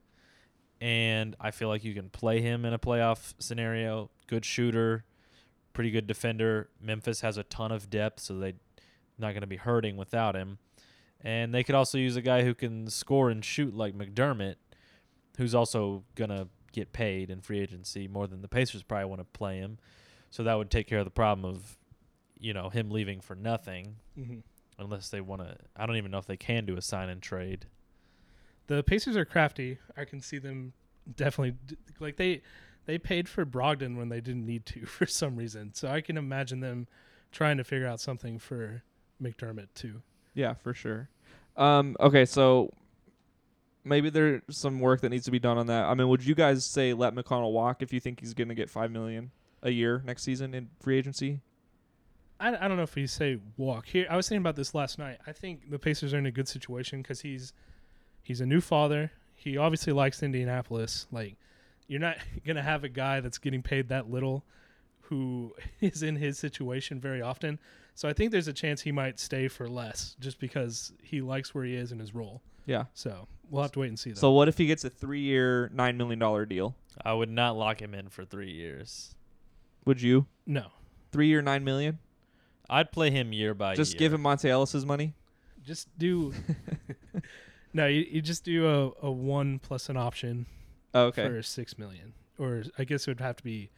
Speaker 4: and I feel like you can play him in a playoff scenario. Good shooter, pretty good defender. Memphis has a ton of depth, so they're not going to be hurting without him. And they could also use a guy who can score and shoot like McDermott, who's also going to get paid in free agency more than the Pacers probably want to play him. So that would take care of the problem of, you know, him leaving for nothing
Speaker 2: Mm-hmm.
Speaker 4: unless they want to. I don't even know if they can do a sign and trade.
Speaker 2: The Pacers are crafty. I can see them definitely d- like they they paid for Brogdon when they didn't need to [laughs] for some reason. So I can imagine them trying to figure out something for McDermott too.
Speaker 3: Yeah, for sure. Um, okay, so maybe there's some work that needs to be done on that. I mean, would you guys say let McConnell walk if you think he's going to get five million a year next season in free agency?
Speaker 2: I, I don't know if you say walk here. I was thinking about this last night. I think the Pacers are in a good situation because he's he's a new father. He obviously likes Indianapolis. Like you're not [laughs] gonna have a guy that's getting paid that little who [laughs] is in his situation very often. So I think there's a chance he might stay for less just because he likes where he is in his role.
Speaker 3: Yeah.
Speaker 2: So we'll have to wait and see. Though.
Speaker 3: So what if he gets a three-year, nine million dollar deal?
Speaker 4: I would not lock him in for three years.
Speaker 3: Would you
Speaker 2: no,
Speaker 3: three-year, nine million?
Speaker 4: I'd play him year by
Speaker 3: Just
Speaker 4: year.
Speaker 3: give him Monte Ellis's money.
Speaker 2: just do. [laughs] no, you, you just do a, a one plus an option
Speaker 3: Oh, okay,
Speaker 2: for six million, or I guess it would have to be.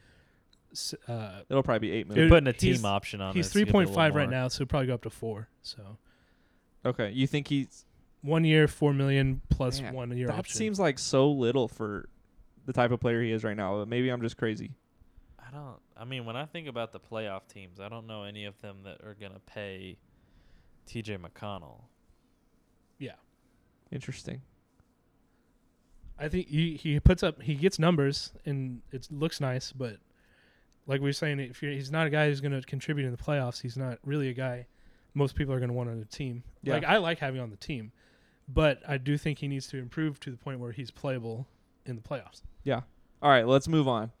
Speaker 2: s- Uh,
Speaker 3: it'll probably be eight
Speaker 4: They're
Speaker 3: million.
Speaker 2: Dude,
Speaker 4: putting a team
Speaker 2: he's-
Speaker 4: option on.
Speaker 2: he's
Speaker 4: this to
Speaker 2: three
Speaker 4: give it a
Speaker 2: point
Speaker 4: little
Speaker 2: five right
Speaker 4: more.
Speaker 2: now, so it'd probably go up to four. So
Speaker 3: Okay, you think he's
Speaker 2: one year, four million plus
Speaker 3: Man,
Speaker 2: one year
Speaker 3: that
Speaker 2: option.
Speaker 3: seems like so little for the type of player he is right now. But maybe I'm just crazy.
Speaker 4: I don't. I mean, when I think about the playoff teams, I don't know any of them that are gonna pay T.J. McConnell.
Speaker 3: Interesting.
Speaker 2: I think he, he puts up he gets numbers and it looks nice, but like we were saying, if you're, he's not a guy who's going to contribute in the playoffs, he's not really a guy most people are going to want on the team.
Speaker 3: Yeah.
Speaker 2: Like I like having on the team, but I do think he needs to improve to the point where he's playable in the playoffs.
Speaker 3: All right, let's move on.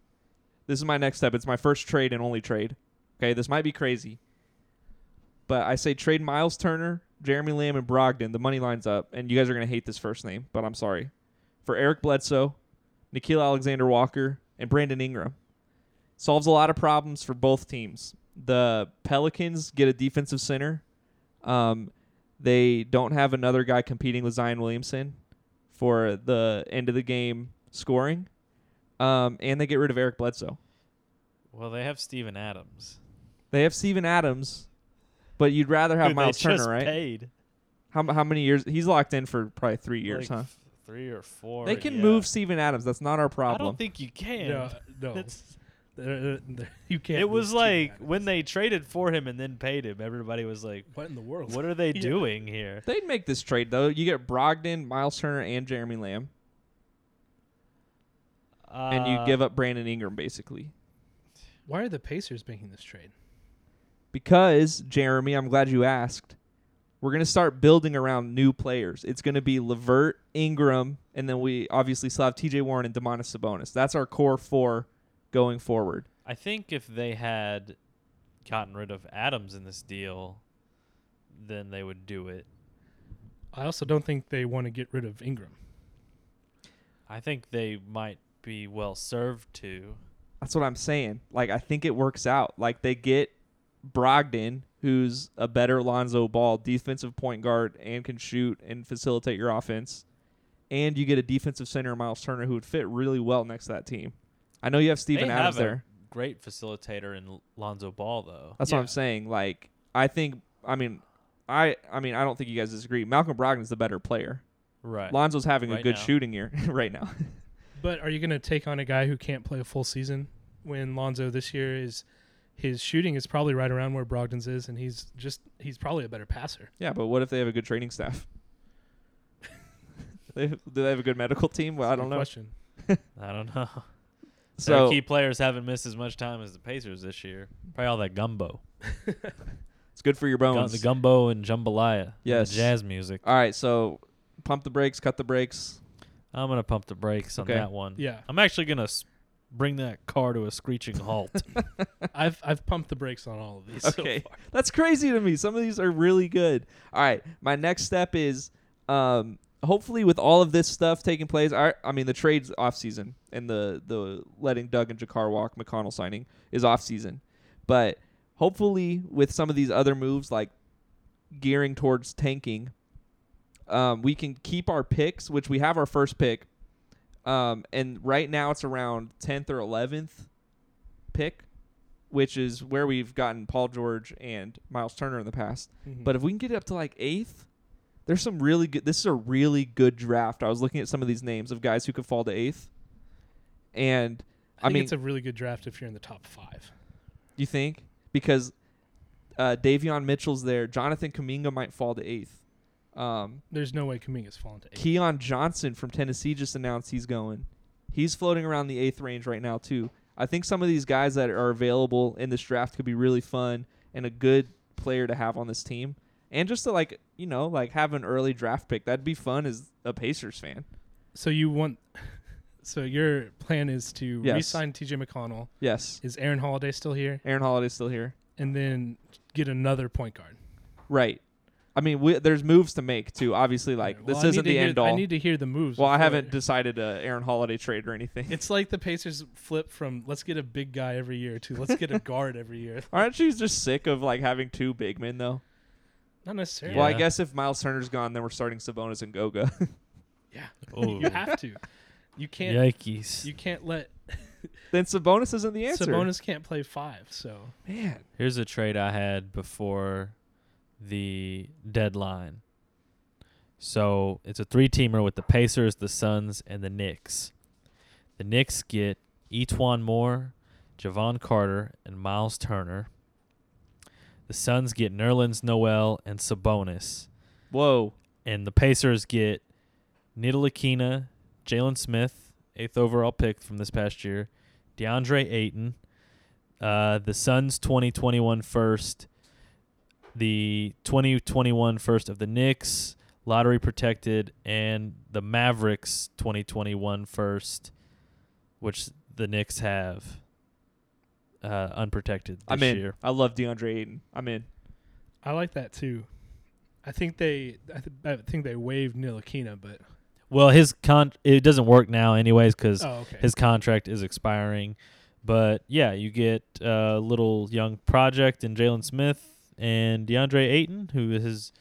Speaker 3: This is my next step. It's my first trade and only trade. Okay, this might be crazy, but I say trade Miles Turner, Jeremy Lamb, and Brogdon. The money lines up, and you guys are gonna hate this first name, but I'm sorry. For Eric Bledsoe, Nikhil Alexander Walker, and Brandon Ingram, solves a lot of problems for both teams. The Pelicans get a defensive center. Um, they don't have another guy competing with Zion Williamson for the end of the game scoring, um, and they get rid of Eric Bledsoe.
Speaker 4: Well, they have Steven Adams.
Speaker 3: They have Steven Adams, but you'd rather have
Speaker 4: Who they
Speaker 3: Miles Turner,
Speaker 4: just
Speaker 3: right?
Speaker 4: Paid
Speaker 3: How how many years? He's locked in for probably three years,
Speaker 4: like
Speaker 3: huh?
Speaker 4: f- Three or four.
Speaker 3: They can
Speaker 4: yeah.
Speaker 3: move Steven Adams. That's not our problem.
Speaker 4: I don't think you can.
Speaker 2: No, uh, no.
Speaker 4: That's-
Speaker 2: They're- they're- they're- [laughs] you can't.
Speaker 4: it
Speaker 2: lose
Speaker 4: was
Speaker 2: two
Speaker 4: like
Speaker 2: guys.
Speaker 4: when they traded for him and then paid him. Everybody
Speaker 2: [laughs]
Speaker 4: was like,
Speaker 2: What in the world?
Speaker 4: "What are they
Speaker 2: Yeah.
Speaker 4: doing here?"
Speaker 3: They'd make this trade though. You get Brogdon, Miles Turner, and Jeremy Lamb,
Speaker 4: Uh,
Speaker 3: and you give up Brandon Ingram basically
Speaker 2: Why are the Pacers making this trade?
Speaker 3: because Jeremy. I'm glad you asked. We're gonna start building around new players. It's gonna be Lavert, Ingram, and then we obviously still have T.J. Warren and Demonis Sabonis. That's our core four going forward.
Speaker 4: I think if they had gotten rid of Adams in this deal, then they would do it.
Speaker 2: I also don't think they want to get rid of Ingram.
Speaker 4: I think they might be well served to.
Speaker 3: That's what I'm saying. Like I think it works out. Like they get Brogdon, who's a better Lonzo Ball defensive point guard and can shoot and facilitate your offense, and you get a defensive center Miles Turner who would fit really well next to that team. I know you have Steven
Speaker 4: they
Speaker 3: Adams
Speaker 4: have
Speaker 3: there.
Speaker 4: a great facilitator in Lonzo Ball, though.
Speaker 3: That's what
Speaker 2: Yeah.
Speaker 3: I'm saying. Like I think I mean I I mean I don't think you guys disagree. Malcolm Brogdon's the better player.
Speaker 4: Right.
Speaker 3: Lonzo's having a
Speaker 4: Right
Speaker 3: good
Speaker 4: now.
Speaker 3: shooting year [laughs] right now.
Speaker 2: But are you going to take on a guy who can't play a full season when Lonzo this year is his shooting is probably right around where Brogdon's is, and he's just he's probably a better passer.
Speaker 3: Yeah, but what if they have a good training staff? [laughs] they, do they have a good medical team? Well, I
Speaker 2: Good
Speaker 3: don't know.
Speaker 2: Question.
Speaker 4: I don't know. [laughs] Their
Speaker 3: So
Speaker 4: key players haven't missed as much time as the Pacers this year. Probably all that gumbo,
Speaker 3: it's good for your
Speaker 4: Gu-
Speaker 3: bones.
Speaker 4: the gumbo and jambalaya, and the
Speaker 3: Yes.
Speaker 4: jazz music.
Speaker 3: All right, so pump the brakes, cut the brakes.
Speaker 4: I'm gonna pump the brakes on
Speaker 3: Okay.
Speaker 4: that one.
Speaker 2: Yeah.
Speaker 4: I'm actually gonna s- bring that car to a screeching halt. [laughs]
Speaker 2: I've I've pumped the brakes on all of these.
Speaker 3: [laughs] Okay.
Speaker 2: So far.
Speaker 3: That's crazy to me. Some of these are really good. All right, my next step is um, hopefully with all of this stuff taking place. I, I mean the trades off season and the the letting Doug and Jakar walk, McConnell signing is off season, but hopefully with some of these other moves like gearing towards tanking, um, we can keep our picks, which we have our first pick, um, and right now it's around tenth or eleventh pick. Which is where we've gotten Paul George and Miles Turner in the past.
Speaker 2: Mhm.
Speaker 3: But if we can get it up to like eighth, there's some really good. This is a really good draft. I was looking at some of these names of guys who could fall to eighth, and
Speaker 2: I,
Speaker 3: I,
Speaker 2: think
Speaker 3: mean,
Speaker 2: it's a really good draft if you're in the top five.
Speaker 3: you think because uh, Davion Mitchell's there, Jonathan Kaminga might fall to eighth. Um,
Speaker 2: There's no way Kaminga's fallen to eight.
Speaker 3: Keon Johnson from Tennessee just announced he's going. He's floating around the eighth range right now too. I think some of these guys that are available in this draft could be really fun and a good player to have on this team. And just to like you know like have an early draft pick that'd be fun as a Pacers fan.
Speaker 2: So you want? [laughs] So your plan is to
Speaker 3: Yes.
Speaker 2: re-sign T.J. McConnell.
Speaker 3: Yes,
Speaker 2: Is Aaron Holiday still here?
Speaker 3: Aaron Holiday's still here.
Speaker 2: And then get another point guard.
Speaker 3: Right. I mean, we, there's moves to make too. Obviously, like
Speaker 2: Well,
Speaker 3: this
Speaker 2: I
Speaker 3: isn't
Speaker 2: need to
Speaker 3: the
Speaker 2: hear-
Speaker 3: end all.
Speaker 2: I need to hear the moves.
Speaker 3: well, I
Speaker 2: before-
Speaker 3: haven't decided a Aaron Holiday trade or anything.
Speaker 2: [laughs] It's like the Pacers flip from let's get a big guy every year to let's
Speaker 3: [laughs]
Speaker 2: get a guard every year. [laughs]
Speaker 3: Aren't you just sick of like having two big men though?
Speaker 2: Not necessarily.
Speaker 3: Well, I
Speaker 4: Yeah.
Speaker 3: guess if Miles Turner's gone, then we're starting Sabonis and Goga. [laughs]
Speaker 2: Yeah,
Speaker 4: Ooh.
Speaker 2: you have to. You can't.
Speaker 4: Yikes!
Speaker 2: You can't let
Speaker 3: then Sabonis isn't the answer.
Speaker 2: Sabonis can't play five. So
Speaker 3: man.
Speaker 4: Here's a trade I had before the deadline. So it's a three teamer with the Pacers, the Suns, and the Knicks. The Knicks get Etwan Moore, Javon Carter, and Miles Turner. The Suns get Nerlens Noel and Sabonis.
Speaker 3: Whoa.
Speaker 4: And the Pacers get Nidalekina, Jalen Smith, eighth overall pick from this past year, DeAndre Ayton, uh, the Suns 2021 first, the 2021 first of the Knicks, lottery protected, and the Mavericks 2021 first, which the Knicks have. uh, unprotected this
Speaker 3: I'm in.
Speaker 4: year.
Speaker 3: I love DeAndre Ayton. I'm in.
Speaker 2: I like that too. I think they, I, th- I think they waived Nilakina, but
Speaker 4: Well, his con it doesn't work now anyways because
Speaker 2: oh, okay.
Speaker 4: his contract is expiring. But yeah, you get uh, little young project and Jalen Smith and DeAndre Ayton, who has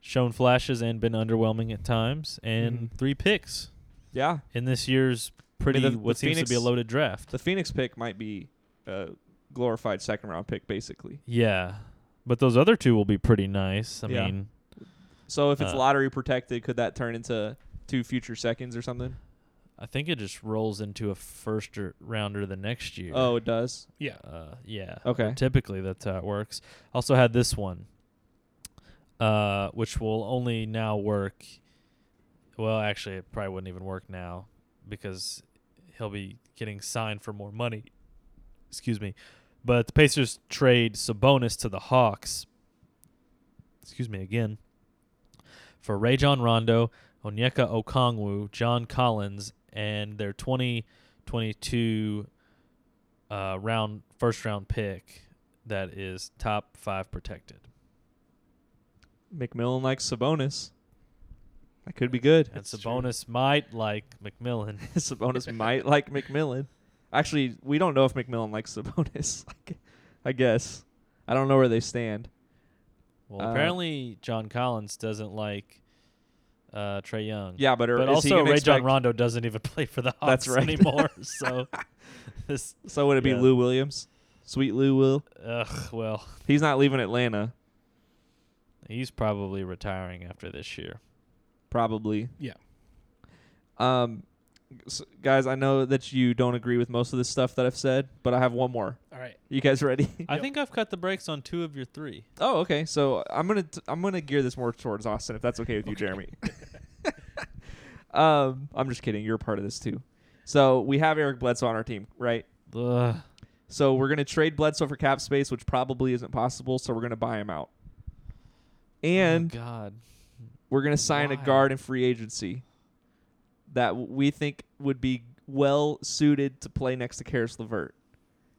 Speaker 4: shown flashes and been underwhelming at times, and
Speaker 3: Mm-hmm.
Speaker 2: Mhm.
Speaker 4: three picks
Speaker 3: Yeah,
Speaker 4: in this year's pretty
Speaker 3: the-
Speaker 4: what
Speaker 3: the
Speaker 4: seems to be a
Speaker 3: Phoenix-
Speaker 4: loaded draft.
Speaker 3: the Phoenix pick might be a glorified second round pick, basically.
Speaker 4: Yeah, but those other two will be pretty nice. I
Speaker 3: Yeah.
Speaker 4: mean,
Speaker 3: So if it's
Speaker 4: Uh,
Speaker 3: lottery protected, could that turn into two future seconds or something?
Speaker 4: I think it just rolls into a first r- rounder the next year.
Speaker 3: Oh, it does.
Speaker 2: yeah.
Speaker 4: uh, yeah.
Speaker 3: Okay.
Speaker 4: Typically, that's how it works. Also, had this one, uh, which will only now work. Well, actually, it probably wouldn't even work now because he'll be getting signed for more money. Excuse me. But the Pacers trade Sabonis to the Hawks. Excuse me again. For Rajon Rondo, Onyeka Okongwu, John Collins, and their 2022 uh, round first round pick that is top five protected.
Speaker 3: McMillan likes Sabonis. That could be good.
Speaker 4: And
Speaker 2: That's
Speaker 4: Sabonis might like McMillan.
Speaker 3: [laughs]
Speaker 4: [laughs]
Speaker 3: Sabonis might like McMillan. Actually, we don't know if McMillan likes Sabonis. [laughs] I gu- I guess. I don't know where they stand.
Speaker 4: Well,
Speaker 3: Uh,
Speaker 4: apparently John Collins doesn't like uh, Trey Young.
Speaker 3: Yeah, but, are,
Speaker 4: but
Speaker 3: is he
Speaker 4: also
Speaker 3: gonna
Speaker 4: Ray
Speaker 3: expect,
Speaker 4: John Rondo doesn't even [laughs] play for the
Speaker 3: [laughs]
Speaker 4: Hawks
Speaker 3: That's right.
Speaker 4: anymore. So [laughs] this,
Speaker 3: So would it be
Speaker 4: Yeah.
Speaker 3: Lou Williams? Sweet Lou Will.
Speaker 4: ugh, well,
Speaker 3: He's not leaving Atlanta,
Speaker 4: he's probably retiring after this year.
Speaker 3: probably.
Speaker 2: Yeah.
Speaker 3: Um, s guys, I know that you don't agree with most of the stuff that I've said, but I have one more.
Speaker 2: All right.
Speaker 3: You guys [laughs] ready?
Speaker 4: I think I've cut the brakes on two of your three.
Speaker 3: oh, okay. So I'm gonna t- I'm gonna gear this more towards Austin, if that's okay with you, Jeremy. [laughs] um, I'm just kidding. You're a part of this too. So we have Eric Bledsoe on our team, right?
Speaker 4: Ugh.
Speaker 3: So we're gonna trade Bledsoe for cap space, which probably isn't possible. So we're gonna buy him out, and
Speaker 4: oh God,
Speaker 3: we're gonna sign a
Speaker 4: Why?
Speaker 3: guard in free agency that w- we think would be well suited to play next to Karis Levert.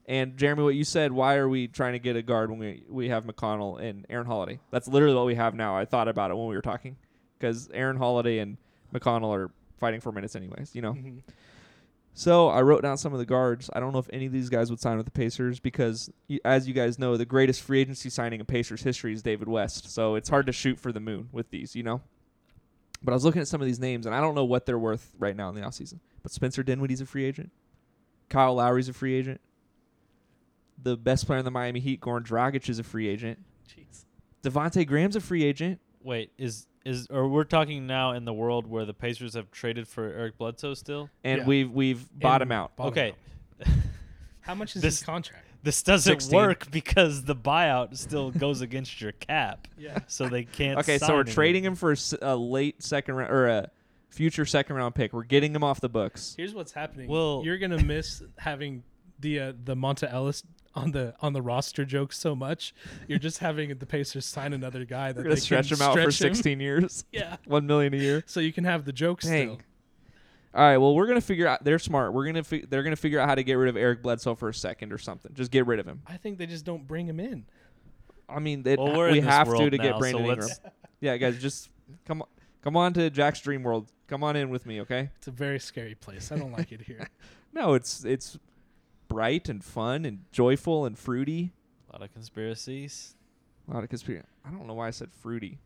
Speaker 3: And Jeremy, what you said, why are we trying to get a guard when we, we have McConnell and Aaron Holiday? That's literally what we have now. I thought about it when we were talking because Aaron Holiday and McConnell are fighting for minutes, anyways. You know.
Speaker 2: Mhm.
Speaker 3: So I wrote down some of the guards. I don't know if any of these guys would sign with the Pacers because, y- as you guys know, the greatest free agency signing in Pacers history is David West. So it's hard to shoot for the moon with these, you know. But I was looking at some of these names, and I don't know what they're worth right now in the offseason. But Spencer Dinwiddie's a free agent. Kyle Lowry's a free agent. The best player in the Miami Heat, Goran Dragic, is a free agent.
Speaker 2: Jeez.
Speaker 3: Devontae Graham's a free agent.
Speaker 4: wait, is is or we're talking now in the world where the Pacers have traded for Eric Bledsoe still?
Speaker 3: And
Speaker 2: Yeah.
Speaker 3: we've we've bought
Speaker 2: And
Speaker 3: him out.
Speaker 2: bought him
Speaker 4: okay.
Speaker 2: out. How much is
Speaker 4: This-
Speaker 2: this contract?
Speaker 4: [laughs] This doesn't
Speaker 3: 16.
Speaker 4: work because the buyout still goes against your cap,
Speaker 3: [laughs]
Speaker 2: Yeah.
Speaker 4: so they can't.
Speaker 3: Okay, so
Speaker 4: sign
Speaker 3: we're
Speaker 4: anyone.
Speaker 3: trading him for a, s- a late second round or a future second round pick. We're getting him off the books.
Speaker 2: Here's what's happening.
Speaker 4: Well-
Speaker 2: you're gonna miss having the uh, the Monta Ellis on the on the roster joke so much. You're just having the Pacers sign another guy that
Speaker 3: We're gonna
Speaker 2: they
Speaker 3: stretch
Speaker 2: can
Speaker 3: him out for
Speaker 2: stretch him.
Speaker 3: 16
Speaker 4: [laughs]
Speaker 3: years,
Speaker 2: Yeah.
Speaker 3: [laughs] one million a year.
Speaker 2: So you can have the joke
Speaker 3: Dang.
Speaker 2: still.
Speaker 3: All right. Well, we're gonna figure out. They're smart. We're gonna fi- they're gonna figure out how to get rid of Eric Bledsoe for a second or something. Just get rid of him.
Speaker 2: I think they just don't bring him in.
Speaker 3: I mean, they,
Speaker 4: Well, we're
Speaker 3: we
Speaker 4: in this
Speaker 3: have to
Speaker 4: world
Speaker 3: to
Speaker 4: now,
Speaker 3: get Brandon
Speaker 4: so
Speaker 3: Ingram.
Speaker 4: let's-
Speaker 3: Yeah, guys, just come on, come on to Jack's dream world. Come on in with me, okay?
Speaker 2: It's a very scary place. I don't like it
Speaker 3: [laughs]
Speaker 2: here.
Speaker 3: No, it's it's bright and fun and joyful and fruity.
Speaker 4: [laughs] A lot of conspiracies.
Speaker 3: A lot of conspiracy. I don't know why I said fruity.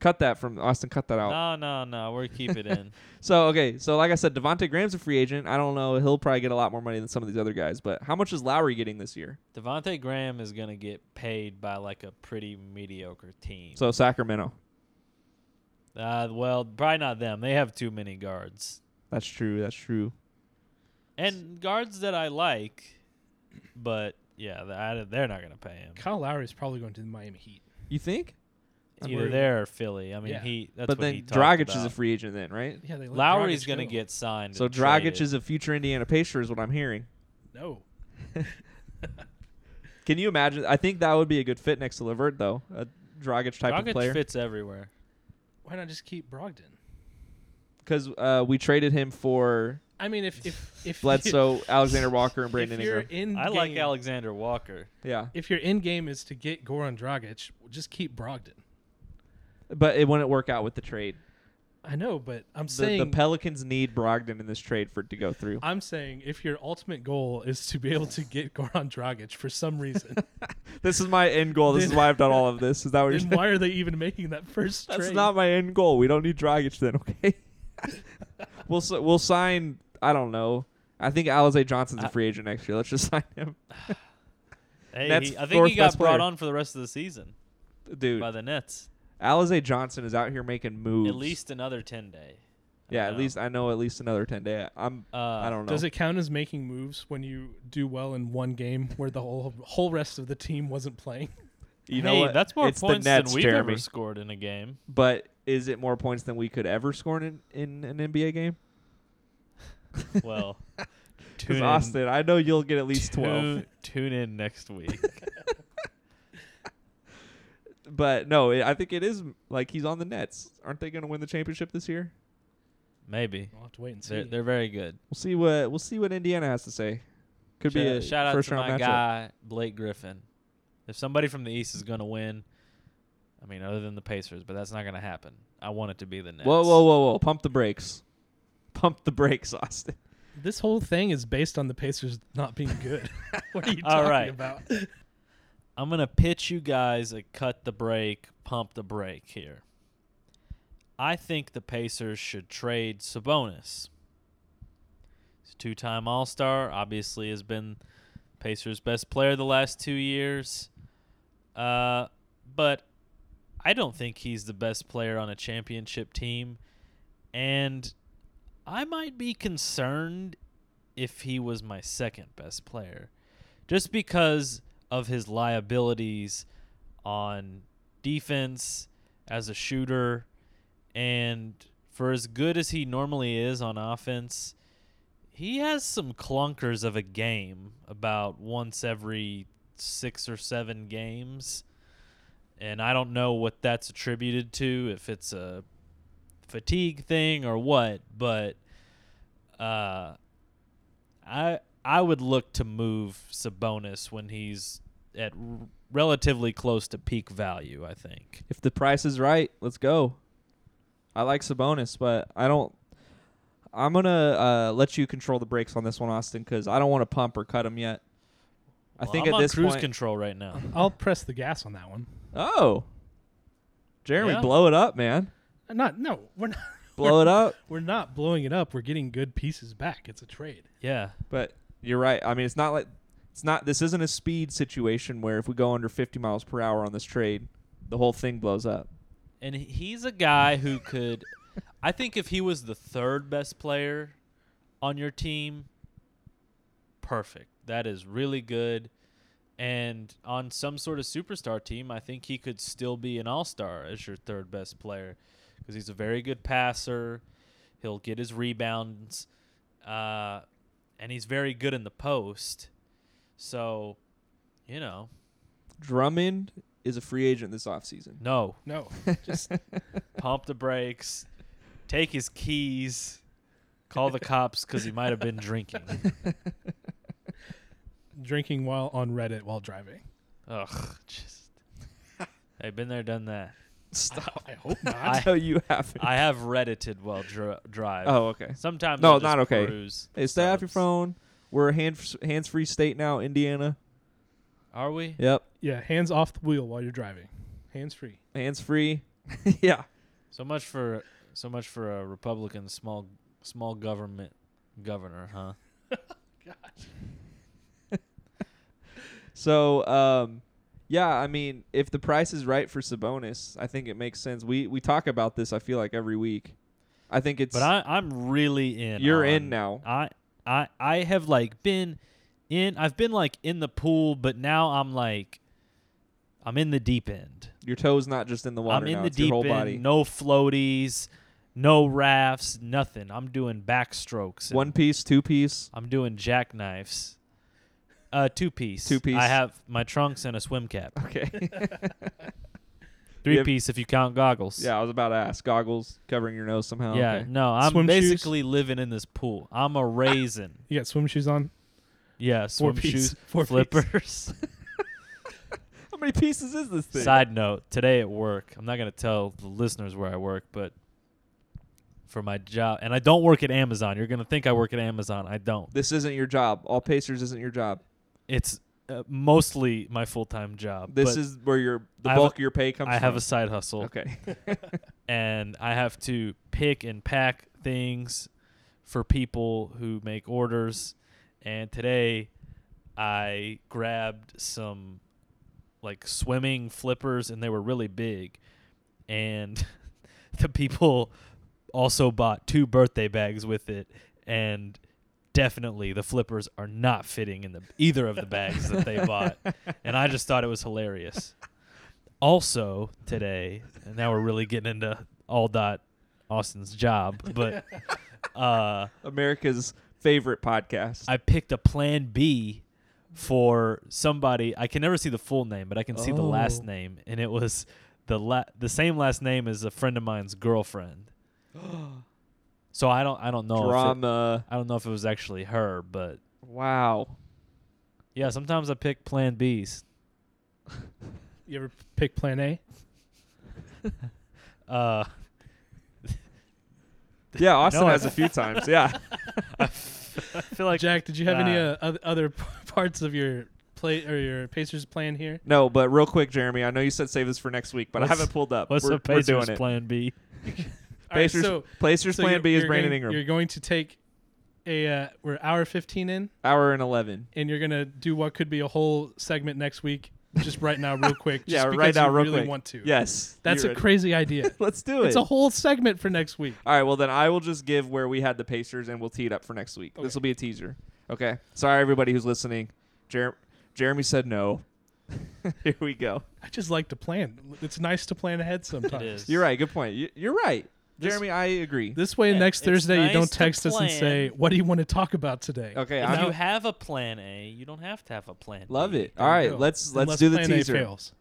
Speaker 3: Cut that from Austin. Cut that out.
Speaker 4: No, no, no. We're keep it in. [laughs]
Speaker 3: So okay, so like I said, Devonte Graham's a free agent. I don't know. He'll probably get a lot more money than some of these other guys. But how much is Lowry getting this year?
Speaker 4: Devontae Graham is gonna get paid by like a pretty mediocre team.
Speaker 3: So Sacramento.
Speaker 4: uh, well, probably not them. They have too many guards
Speaker 3: That's true. That's true.
Speaker 4: and guards that I like, but yeah, th- I, they're not gonna pay him.
Speaker 2: Kyle Lowry is probably going to the Miami Heat.
Speaker 3: You think?
Speaker 4: It's
Speaker 2: I'm
Speaker 4: Either
Speaker 2: worried.
Speaker 4: there or Philly. I mean,
Speaker 2: Yeah.
Speaker 4: he. That's
Speaker 3: but
Speaker 4: what he
Speaker 3: then
Speaker 4: talked
Speaker 3: Dragic
Speaker 4: about.
Speaker 3: is a free agent then, right?
Speaker 2: Yeah, they let
Speaker 4: Lowry's
Speaker 2: Dragic
Speaker 4: gonna
Speaker 2: go.
Speaker 4: get signed.
Speaker 3: So
Speaker 4: and
Speaker 3: Dragic
Speaker 4: traded.
Speaker 3: is a future Indiana Pacer, is what I'm hearing.
Speaker 2: no. [laughs]
Speaker 3: Can you imagine? I think that would be a good fit next to Levert, though. A Dragic type
Speaker 4: Dragic
Speaker 3: of player.
Speaker 4: fits everywhere.
Speaker 2: Why not just keep Brogdon?
Speaker 3: Because uh, we traded him for
Speaker 2: I mean, if if if [laughs]
Speaker 3: Bledsoe, Alexander Walker, and
Speaker 2: you, if
Speaker 3: Brandon
Speaker 2: you're
Speaker 3: Ingram.
Speaker 2: in,
Speaker 4: I like
Speaker 2: game-
Speaker 4: Alexander Walker.
Speaker 3: yeah,
Speaker 2: If your end game is to get Goran Dragic, just keep Brogdon.
Speaker 3: but it wouldn't work out with the trade.
Speaker 2: I know, but I'm
Speaker 3: The,
Speaker 2: saying
Speaker 3: the Pelicans need Brogdon in this trade for it to go through.
Speaker 2: I'm saying if your ultimate goal is to be able to get [laughs] Goran Dragic for some
Speaker 3: [laughs]
Speaker 2: reason,
Speaker 3: This is my end goal. This is
Speaker 2: Then-
Speaker 3: why I've done all of this. Is that what you're
Speaker 2: then
Speaker 3: saying?
Speaker 2: why are they even making that first
Speaker 3: That's
Speaker 2: trade?
Speaker 3: not my end goal. We don't need Dragic then,
Speaker 4: [laughs]
Speaker 3: okay? we'll s- we'll sign. I don't know. I think Alize Johnson's a
Speaker 4: I-
Speaker 3: free agent next year. Let's just [laughs] sign him,
Speaker 4: Hey,
Speaker 3: That's
Speaker 4: he- I think
Speaker 3: fourth
Speaker 4: he got
Speaker 3: best
Speaker 4: brought
Speaker 3: player.
Speaker 4: on for the rest of the season
Speaker 3: dude.
Speaker 4: by the Nets.
Speaker 3: Alize Johnson is out here making moves.
Speaker 4: At least another ten day. I
Speaker 3: yeah.
Speaker 4: don't
Speaker 3: At
Speaker 4: know.
Speaker 3: least I know at least another ten day. I'm.
Speaker 4: Uh,
Speaker 3: I don't know.
Speaker 2: Does it count as making moves when you do well in one game where the whole whole rest of the team wasn't playing?
Speaker 3: you
Speaker 4: hey,
Speaker 3: know what?
Speaker 4: That's more
Speaker 3: it's
Speaker 4: points
Speaker 3: the Nets,
Speaker 4: than we've
Speaker 3: Jeremy.
Speaker 4: ever scored in
Speaker 3: [laughs]
Speaker 4: a game.
Speaker 3: But is it more points than we could ever score in in an NBA game?
Speaker 4: Well, tune
Speaker 3: Because
Speaker 4: in-
Speaker 3: Austin, I know you'll get at least
Speaker 4: tune-
Speaker 3: twelve.
Speaker 4: Tune in
Speaker 3: [laughs]
Speaker 4: next week.
Speaker 3: But no, it, I think it is like he's on the Nets. Aren't they going to win the championship this year?
Speaker 4: Maybe
Speaker 2: [laughs] We'll have to wait and see.
Speaker 4: they're, they're very good.
Speaker 3: We'll see what we'll see what Indiana has to say. Could
Speaker 4: shout,
Speaker 3: be a
Speaker 4: shout out
Speaker 3: first
Speaker 4: to my
Speaker 3: round matchup.
Speaker 4: guy Blake Griffin. If somebody from the East is going to win, I mean, other than the Pacers, but that's not going to happen. I want it to be the Nets.
Speaker 3: Whoa, whoa, whoa, whoa! Pump the brakes, [laughs] pump the brakes, Austin.
Speaker 2: This whole thing is based on the Pacers not being [laughs] good. what are you
Speaker 4: All
Speaker 2: talking
Speaker 4: right.
Speaker 2: about?
Speaker 4: I'm going to pitch you guys a cut the break, pump the break here. I think the Pacers should trade Sabonis. He's a two time All Star, obviously, has been Pacers' best player the last two years. Uh, but I don't think he's the best player on a championship team. And I might be concerned if he was my second best player just because of his liabilities on defense as a shooter and for as good as he normally is on offense he has some clunkers of a game about once every 6 or 7 games and I don't know what that's attributed to if it's a fatigue thing or what but uh I I would look to move Sabonis when he's at r- relatively close to peak value. I think.
Speaker 3: If the price is right, let's go. I like Sabonis, but I don't. I'm gonna uh, let you control the brakes on this one, Austin, because I don't want to pump or cut him yet. I
Speaker 4: Well,
Speaker 3: think
Speaker 4: I'm
Speaker 3: at
Speaker 4: on
Speaker 3: this
Speaker 4: cruise
Speaker 3: point.
Speaker 4: control right now.
Speaker 2: I'll press the gas on that one.
Speaker 3: oh, Jeremy,
Speaker 4: Yeah.
Speaker 3: blow it up, man!
Speaker 2: Uh, Not no, we're not.
Speaker 4: [laughs]
Speaker 3: Blow it up.
Speaker 2: We're not blowing it up. We're getting good pieces back. It's a trade.
Speaker 4: Yeah,
Speaker 3: But you're right. I mean, it's not like it's not. This isn't a speed situation where if we go under 50 miles per hour on this trade, the whole thing blows up.
Speaker 4: and he- he's a guy who could. I think if he was the third best player on your team, perfect. That is really good. And on some sort of superstar team, I think he could still be an all star as your third best player because he's a very good passer. He'll get his rebounds, uh, and he's very good in the post. So, you know,
Speaker 3: Drummond is a free agent this offseason.
Speaker 4: no,
Speaker 2: No, just
Speaker 4: pump the brakes, take his keys, call the cops because he might have been drinking.
Speaker 2: [laughs]
Speaker 3: [laughs]
Speaker 2: drinking while on Reddit while driving.
Speaker 4: Ugh, just I've been there, done that.
Speaker 3: Stop.
Speaker 2: I hope not.
Speaker 4: I-
Speaker 3: no, you haven't.
Speaker 4: I have reddited while dr-
Speaker 3: [laughs]
Speaker 4: drive.
Speaker 3: oh, okay.
Speaker 4: sometimes
Speaker 3: No,
Speaker 4: I'll just
Speaker 3: not okay.
Speaker 4: Peruse
Speaker 3: Hey, stay off your
Speaker 4: subs.
Speaker 3: phone. We're a hand, hands-free state now, Indiana.
Speaker 4: Are we?
Speaker 3: Yep,
Speaker 2: yeah, hands off the wheel while you're driving. Hands free.
Speaker 3: hands-free. [laughs] yeah.
Speaker 4: So much for so much for a Republican small small government governor, huh?
Speaker 3: So, um, yeah, I mean, if the price is right for Sabonis, I think it makes sense. We we talk about this. I feel like every week. I think it's
Speaker 4: But I, I'm really in.
Speaker 3: you're in
Speaker 4: on-
Speaker 3: now.
Speaker 4: I I I have like been in. I've been like in the pool, but now I'm like I'm in the deep end.
Speaker 3: Your toes not just in the water.
Speaker 4: I'm in
Speaker 3: now,
Speaker 4: the
Speaker 3: it's
Speaker 4: deep
Speaker 3: your whole
Speaker 4: end.
Speaker 3: body.
Speaker 4: No floaties, no rafts, nothing. I'm doing backstrokes. and
Speaker 3: One piece, two piece.
Speaker 4: I'm doing jackknives. Uh, two piece.
Speaker 3: Two-piece.
Speaker 4: [laughs] I have my trunks and a swim cap.
Speaker 3: Okay.
Speaker 4: Three
Speaker 3: have-
Speaker 4: piece if you count goggles.
Speaker 3: [laughs] Yeah, I was about to ask. Goggles covering your nose somehow.
Speaker 4: yeah.
Speaker 3: okay.
Speaker 4: No, I'm
Speaker 2: Swim shoes?
Speaker 4: basically living in this pool. I'm a raisin.
Speaker 2: You got swim shoes on.
Speaker 4: Yeah,
Speaker 2: Four
Speaker 4: swim
Speaker 2: piece.
Speaker 4: shoes,
Speaker 2: Four piece.
Speaker 4: flippers.
Speaker 3: How many pieces is this thing?
Speaker 4: Side note: Today at work, I'm not gonna tell the listeners where I work, but for my job, and I don't work at Amazon. You're gonna think I work at Amazon. I don't.
Speaker 3: This isn't your job. All Pacers isn't your job.
Speaker 4: It's uh, mostly my full time job.
Speaker 3: This
Speaker 4: but
Speaker 3: is where your the
Speaker 4: I have
Speaker 3: bulk
Speaker 4: a-
Speaker 3: of your pay comes.
Speaker 4: I have a
Speaker 3: from.
Speaker 4: side hustle,
Speaker 3: okay.
Speaker 4: [laughs]
Speaker 3: [laughs]
Speaker 4: and I have to pick and pack things for people who make orders. And today, I grabbed some like swimming flippers, and they were really big. And [laughs] the people also bought two birthday bags with it, and definitely the flippers are not fitting in the either of the bags that they bought. And I just thought it was hilarious. Also today, and now we're really getting into all dot Austin's job, but uh
Speaker 3: America's favorite podcast.
Speaker 4: I picked a plan B for somebody. I can never see the full name, but I can see the last
Speaker 2: Oh.
Speaker 4: name, and it was the la- the same last name as a friend of mine's girlfriend. so I don't I don't know. If it,
Speaker 3: Drama.
Speaker 4: I don't know if it was actually her, but [laughs]
Speaker 3: Wow.
Speaker 4: yeah, sometimes I pick plan Bs.
Speaker 2: You ever pick Plan A?
Speaker 4: Uh, [laughs]
Speaker 3: Yeah, Austin
Speaker 4: No, I-
Speaker 3: has a few times.
Speaker 4: [laughs]
Speaker 3: Yeah.
Speaker 4: I feel like
Speaker 2: Jack, did you have any uh,
Speaker 4: Ah.
Speaker 2: oth- other [laughs] parts of your play or your Pacers plan here?
Speaker 3: No, but real quick, Jeremy, I know you said save this for next week, but I
Speaker 4: What's-
Speaker 3: haven't pulled up.
Speaker 4: what's
Speaker 3: we're,
Speaker 4: a
Speaker 3: we're
Speaker 4: Pacers
Speaker 3: doing it.
Speaker 4: plan B?
Speaker 2: All right,
Speaker 3: Pacers, Pacers
Speaker 2: so
Speaker 3: plan
Speaker 2: you're-
Speaker 3: B is
Speaker 2: you're
Speaker 3: Brandon
Speaker 2: going- You're
Speaker 3: Ingram.
Speaker 2: going to take a uh, we're hour 15 in,
Speaker 3: Hour and 11.
Speaker 2: and you're gonna do what could be a whole segment next week, just right now, real quick.
Speaker 3: [laughs] Yeah,
Speaker 2: just
Speaker 3: right
Speaker 2: because
Speaker 3: now,
Speaker 2: you
Speaker 3: real
Speaker 2: really
Speaker 3: quick.
Speaker 2: want to.
Speaker 3: Yes.
Speaker 2: that's
Speaker 3: you're
Speaker 2: a
Speaker 3: ready.
Speaker 2: crazy idea.
Speaker 3: [laughs] Let's do it.
Speaker 2: it's a whole segment for next week.
Speaker 3: All right, well then I will just give where we had the Pacers and we'll tee it up for next week. This will be a teaser. Okay. Sorry everybody who's listening. Jer- Jeremy said no. [laughs] Here we go.
Speaker 2: I just like to plan. It's nice to plan ahead sometimes.
Speaker 4: It is.
Speaker 3: You're right. Good point. You- You're right.
Speaker 2: This-
Speaker 3: Jeremy, I agree.
Speaker 2: This way, next
Speaker 4: it's
Speaker 2: Thursday, you
Speaker 4: nice
Speaker 2: don't
Speaker 4: to
Speaker 2: text us and say,
Speaker 4: plan.
Speaker 2: "What do you want to talk about today?"
Speaker 3: okay,
Speaker 4: If
Speaker 3: I
Speaker 4: you have a plan A, you don't have to have a plan.
Speaker 3: love
Speaker 4: B.
Speaker 3: it. All right, let's let's do the
Speaker 2: plan A
Speaker 3: teaser. All
Speaker 2: fails.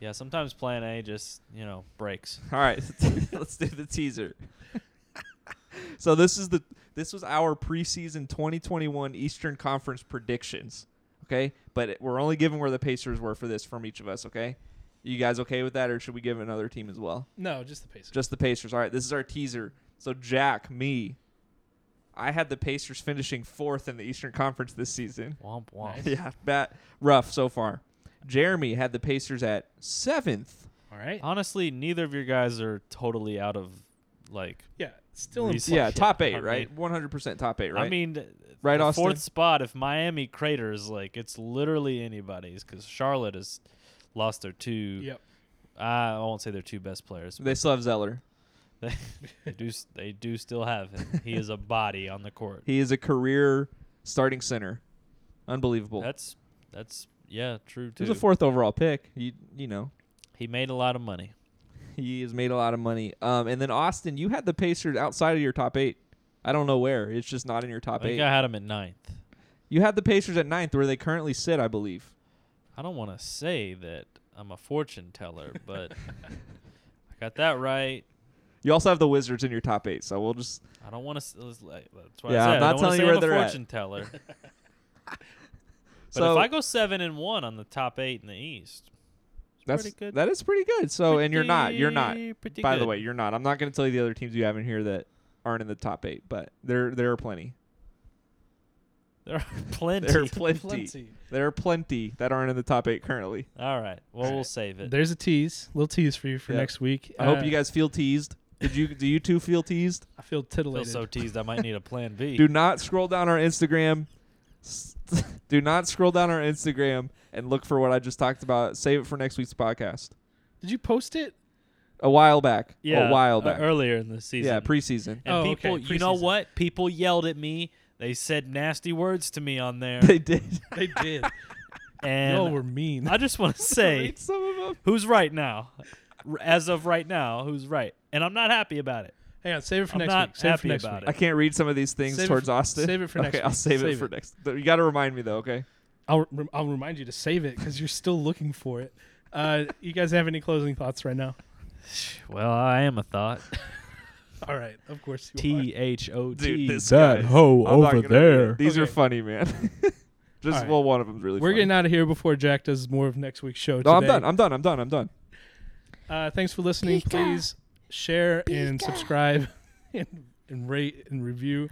Speaker 4: Yeah, sometimes plan A just you know breaks.
Speaker 3: right. [laughs] let's do the [laughs] teaser. so this is the this was our preseason 2021 Eastern Conference predictions, okay? But it- we're only giving where the Pacers were for this from each of us, okay? You guys okay with that or should we give another team as well?
Speaker 2: No, just the Pacers.
Speaker 3: Just the Pacers. All right, this is our teaser. So Jack, me, I had the Pacers finishing fourth in the Eastern Conference this season.
Speaker 4: Womp
Speaker 3: [laughs]
Speaker 4: womp.
Speaker 3: Yeah, bat rough so far. Jeremy had the Pacers at seventh.
Speaker 2: All right.
Speaker 4: Honestly, neither of your guys are totally out of like.
Speaker 2: Yeah, still in
Speaker 4: Reese-
Speaker 2: play.
Speaker 3: yeah,
Speaker 4: shit.
Speaker 3: top eight,
Speaker 4: I
Speaker 3: right? One hundred percent top eight, right?
Speaker 4: I mean, th-
Speaker 3: Right,
Speaker 4: the
Speaker 3: Austin?
Speaker 4: fourth spot if Miami craters, like it's literally anybody's because Charlotte has lost their two.
Speaker 2: Yep.
Speaker 4: I won't say their two best players.
Speaker 3: they still have Zeller.
Speaker 4: They, they do. s- They do still have him. He is a body on the court.
Speaker 3: He is a career starting center. Unbelievable.
Speaker 4: That's that's yeah, true
Speaker 3: he
Speaker 4: too.
Speaker 3: was a fourth overall pick. You you know
Speaker 4: He made a lot of money.
Speaker 3: he has made a lot of money. Um, and then Austin, you had the Pacers outside of your top eight. I don't know where. It's just not in your
Speaker 4: I
Speaker 3: top
Speaker 4: think
Speaker 3: eight.
Speaker 4: I had him at ninth.
Speaker 3: You had the Pacers at ninth, where they currently sit, I believe.
Speaker 4: I don't want to say that I'm a fortune teller, but I got that right.
Speaker 3: You also have the Wizards in your top eight, so we'll just
Speaker 4: I don't want to. That's why
Speaker 3: Yeah, I'm not
Speaker 4: I said I don't wanna
Speaker 3: telling you
Speaker 4: say
Speaker 3: where
Speaker 4: I'm
Speaker 3: they're
Speaker 4: a
Speaker 3: at. [laughs]
Speaker 4: fortune teller. but
Speaker 3: so
Speaker 4: if I go seven and one on the top eight in the East, it's
Speaker 3: that's
Speaker 4: pretty good.
Speaker 3: that is pretty good. So and you're not, you're not.
Speaker 4: Pretty- pretty
Speaker 3: By the
Speaker 4: good.
Speaker 3: way, you're not. I'm not going to tell you the other teams you have in here that aren't in the top eight, but there there are plenty.
Speaker 4: there are [laughs] plenty.
Speaker 3: There are plenty.
Speaker 2: Plenty.
Speaker 3: There are plenty that aren't in the top eight currently.
Speaker 4: All right. Well,
Speaker 2: All
Speaker 4: we'll
Speaker 2: right.
Speaker 4: save it.
Speaker 2: There's a tease, little tease for you for
Speaker 3: Yeah.
Speaker 2: next week. Uh,
Speaker 3: I hope you guys feel teased. Did you do you two
Speaker 2: [laughs]
Speaker 3: feel teased?
Speaker 2: I feel
Speaker 4: I feel
Speaker 2: titillated.
Speaker 4: so teased. I might need a plan B.
Speaker 3: Do not scroll down our Instagram. [laughs] S- Do not scroll down our Instagram and look for what I just talked about. Save it for next week's podcast.
Speaker 2: Did you post it?
Speaker 3: A while back.
Speaker 4: yeah,
Speaker 3: A while
Speaker 4: uh,
Speaker 3: back.
Speaker 4: earlier in the season.
Speaker 3: yeah, preseason.
Speaker 4: and
Speaker 2: Oh, okay,
Speaker 4: people, you know
Speaker 2: preseason.
Speaker 4: what? People yelled at me. They said nasty words to me on
Speaker 3: [laughs]
Speaker 4: there,
Speaker 3: They did.
Speaker 2: They did. [laughs]
Speaker 4: and
Speaker 2: Y'all were mean.
Speaker 4: [laughs] I just want to say
Speaker 3: Read some of them.
Speaker 4: who's right now. R- As of right now, who's right? And I'm not happy about it.
Speaker 2: Hang on, save it for
Speaker 4: I'm
Speaker 2: next
Speaker 4: not
Speaker 2: week. Save it
Speaker 4: happy
Speaker 2: for next
Speaker 4: about
Speaker 2: week.
Speaker 3: I can't read some of these things
Speaker 2: Save it
Speaker 3: towards
Speaker 2: for-
Speaker 3: Austin.
Speaker 2: save it for next
Speaker 3: Okay, I'll
Speaker 2: week.
Speaker 3: save, it
Speaker 2: Save
Speaker 3: for
Speaker 2: it.
Speaker 3: next. You got to remind me though. Okay.
Speaker 2: I'll, rem- I'll remind you to save it because you're still looking for it. Uh, you guys have any closing thoughts right now?
Speaker 4: Well, I am a thought.
Speaker 2: All right, of course you are.
Speaker 4: T H O T.
Speaker 5: That hoe
Speaker 3: I'm not
Speaker 5: over
Speaker 3: gonna do it.
Speaker 5: there.
Speaker 3: These are
Speaker 2: Okay.
Speaker 3: funny, man. [laughs] Just
Speaker 2: All right.
Speaker 3: well, one of them's really.
Speaker 2: We're
Speaker 3: funny.
Speaker 2: getting out of here before Jack does more of next week's show.
Speaker 3: No, I'm
Speaker 2: today.
Speaker 3: done. I'm done. I'm done. I'm done.
Speaker 2: Uh, thanks for listening. Please share and subscribe [laughs] and, and rate and review.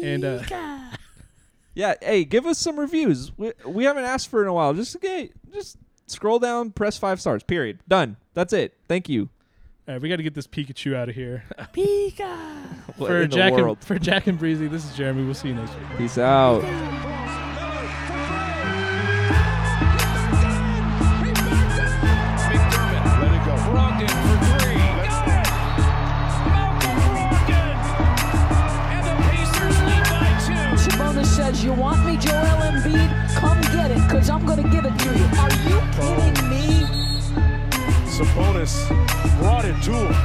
Speaker 2: And uh,
Speaker 3: Yeah. Hey, give us some reviews. We, we haven't asked for in a while. Just okay, just scroll down, press five stars. Period. Done. That's it. Thank you.
Speaker 2: all right, we got to get this Pikachu out of
Speaker 3: [laughs]
Speaker 2: here.
Speaker 3: What
Speaker 2: for
Speaker 3: in the
Speaker 2: Jack
Speaker 3: world?
Speaker 2: and for Jack and Breezy, this is Jeremy. We'll see you next week.
Speaker 3: Peace out.
Speaker 1: Let it go. Brogdon for three. Got it. Malcolm Brogdon. And the Pacers lead by two.
Speaker 6: Sabonis says, You want me, Joel Embiid? Come get it, because I'm going to give it to you. Are you kidding me?
Speaker 1: Sabonis brought it to him.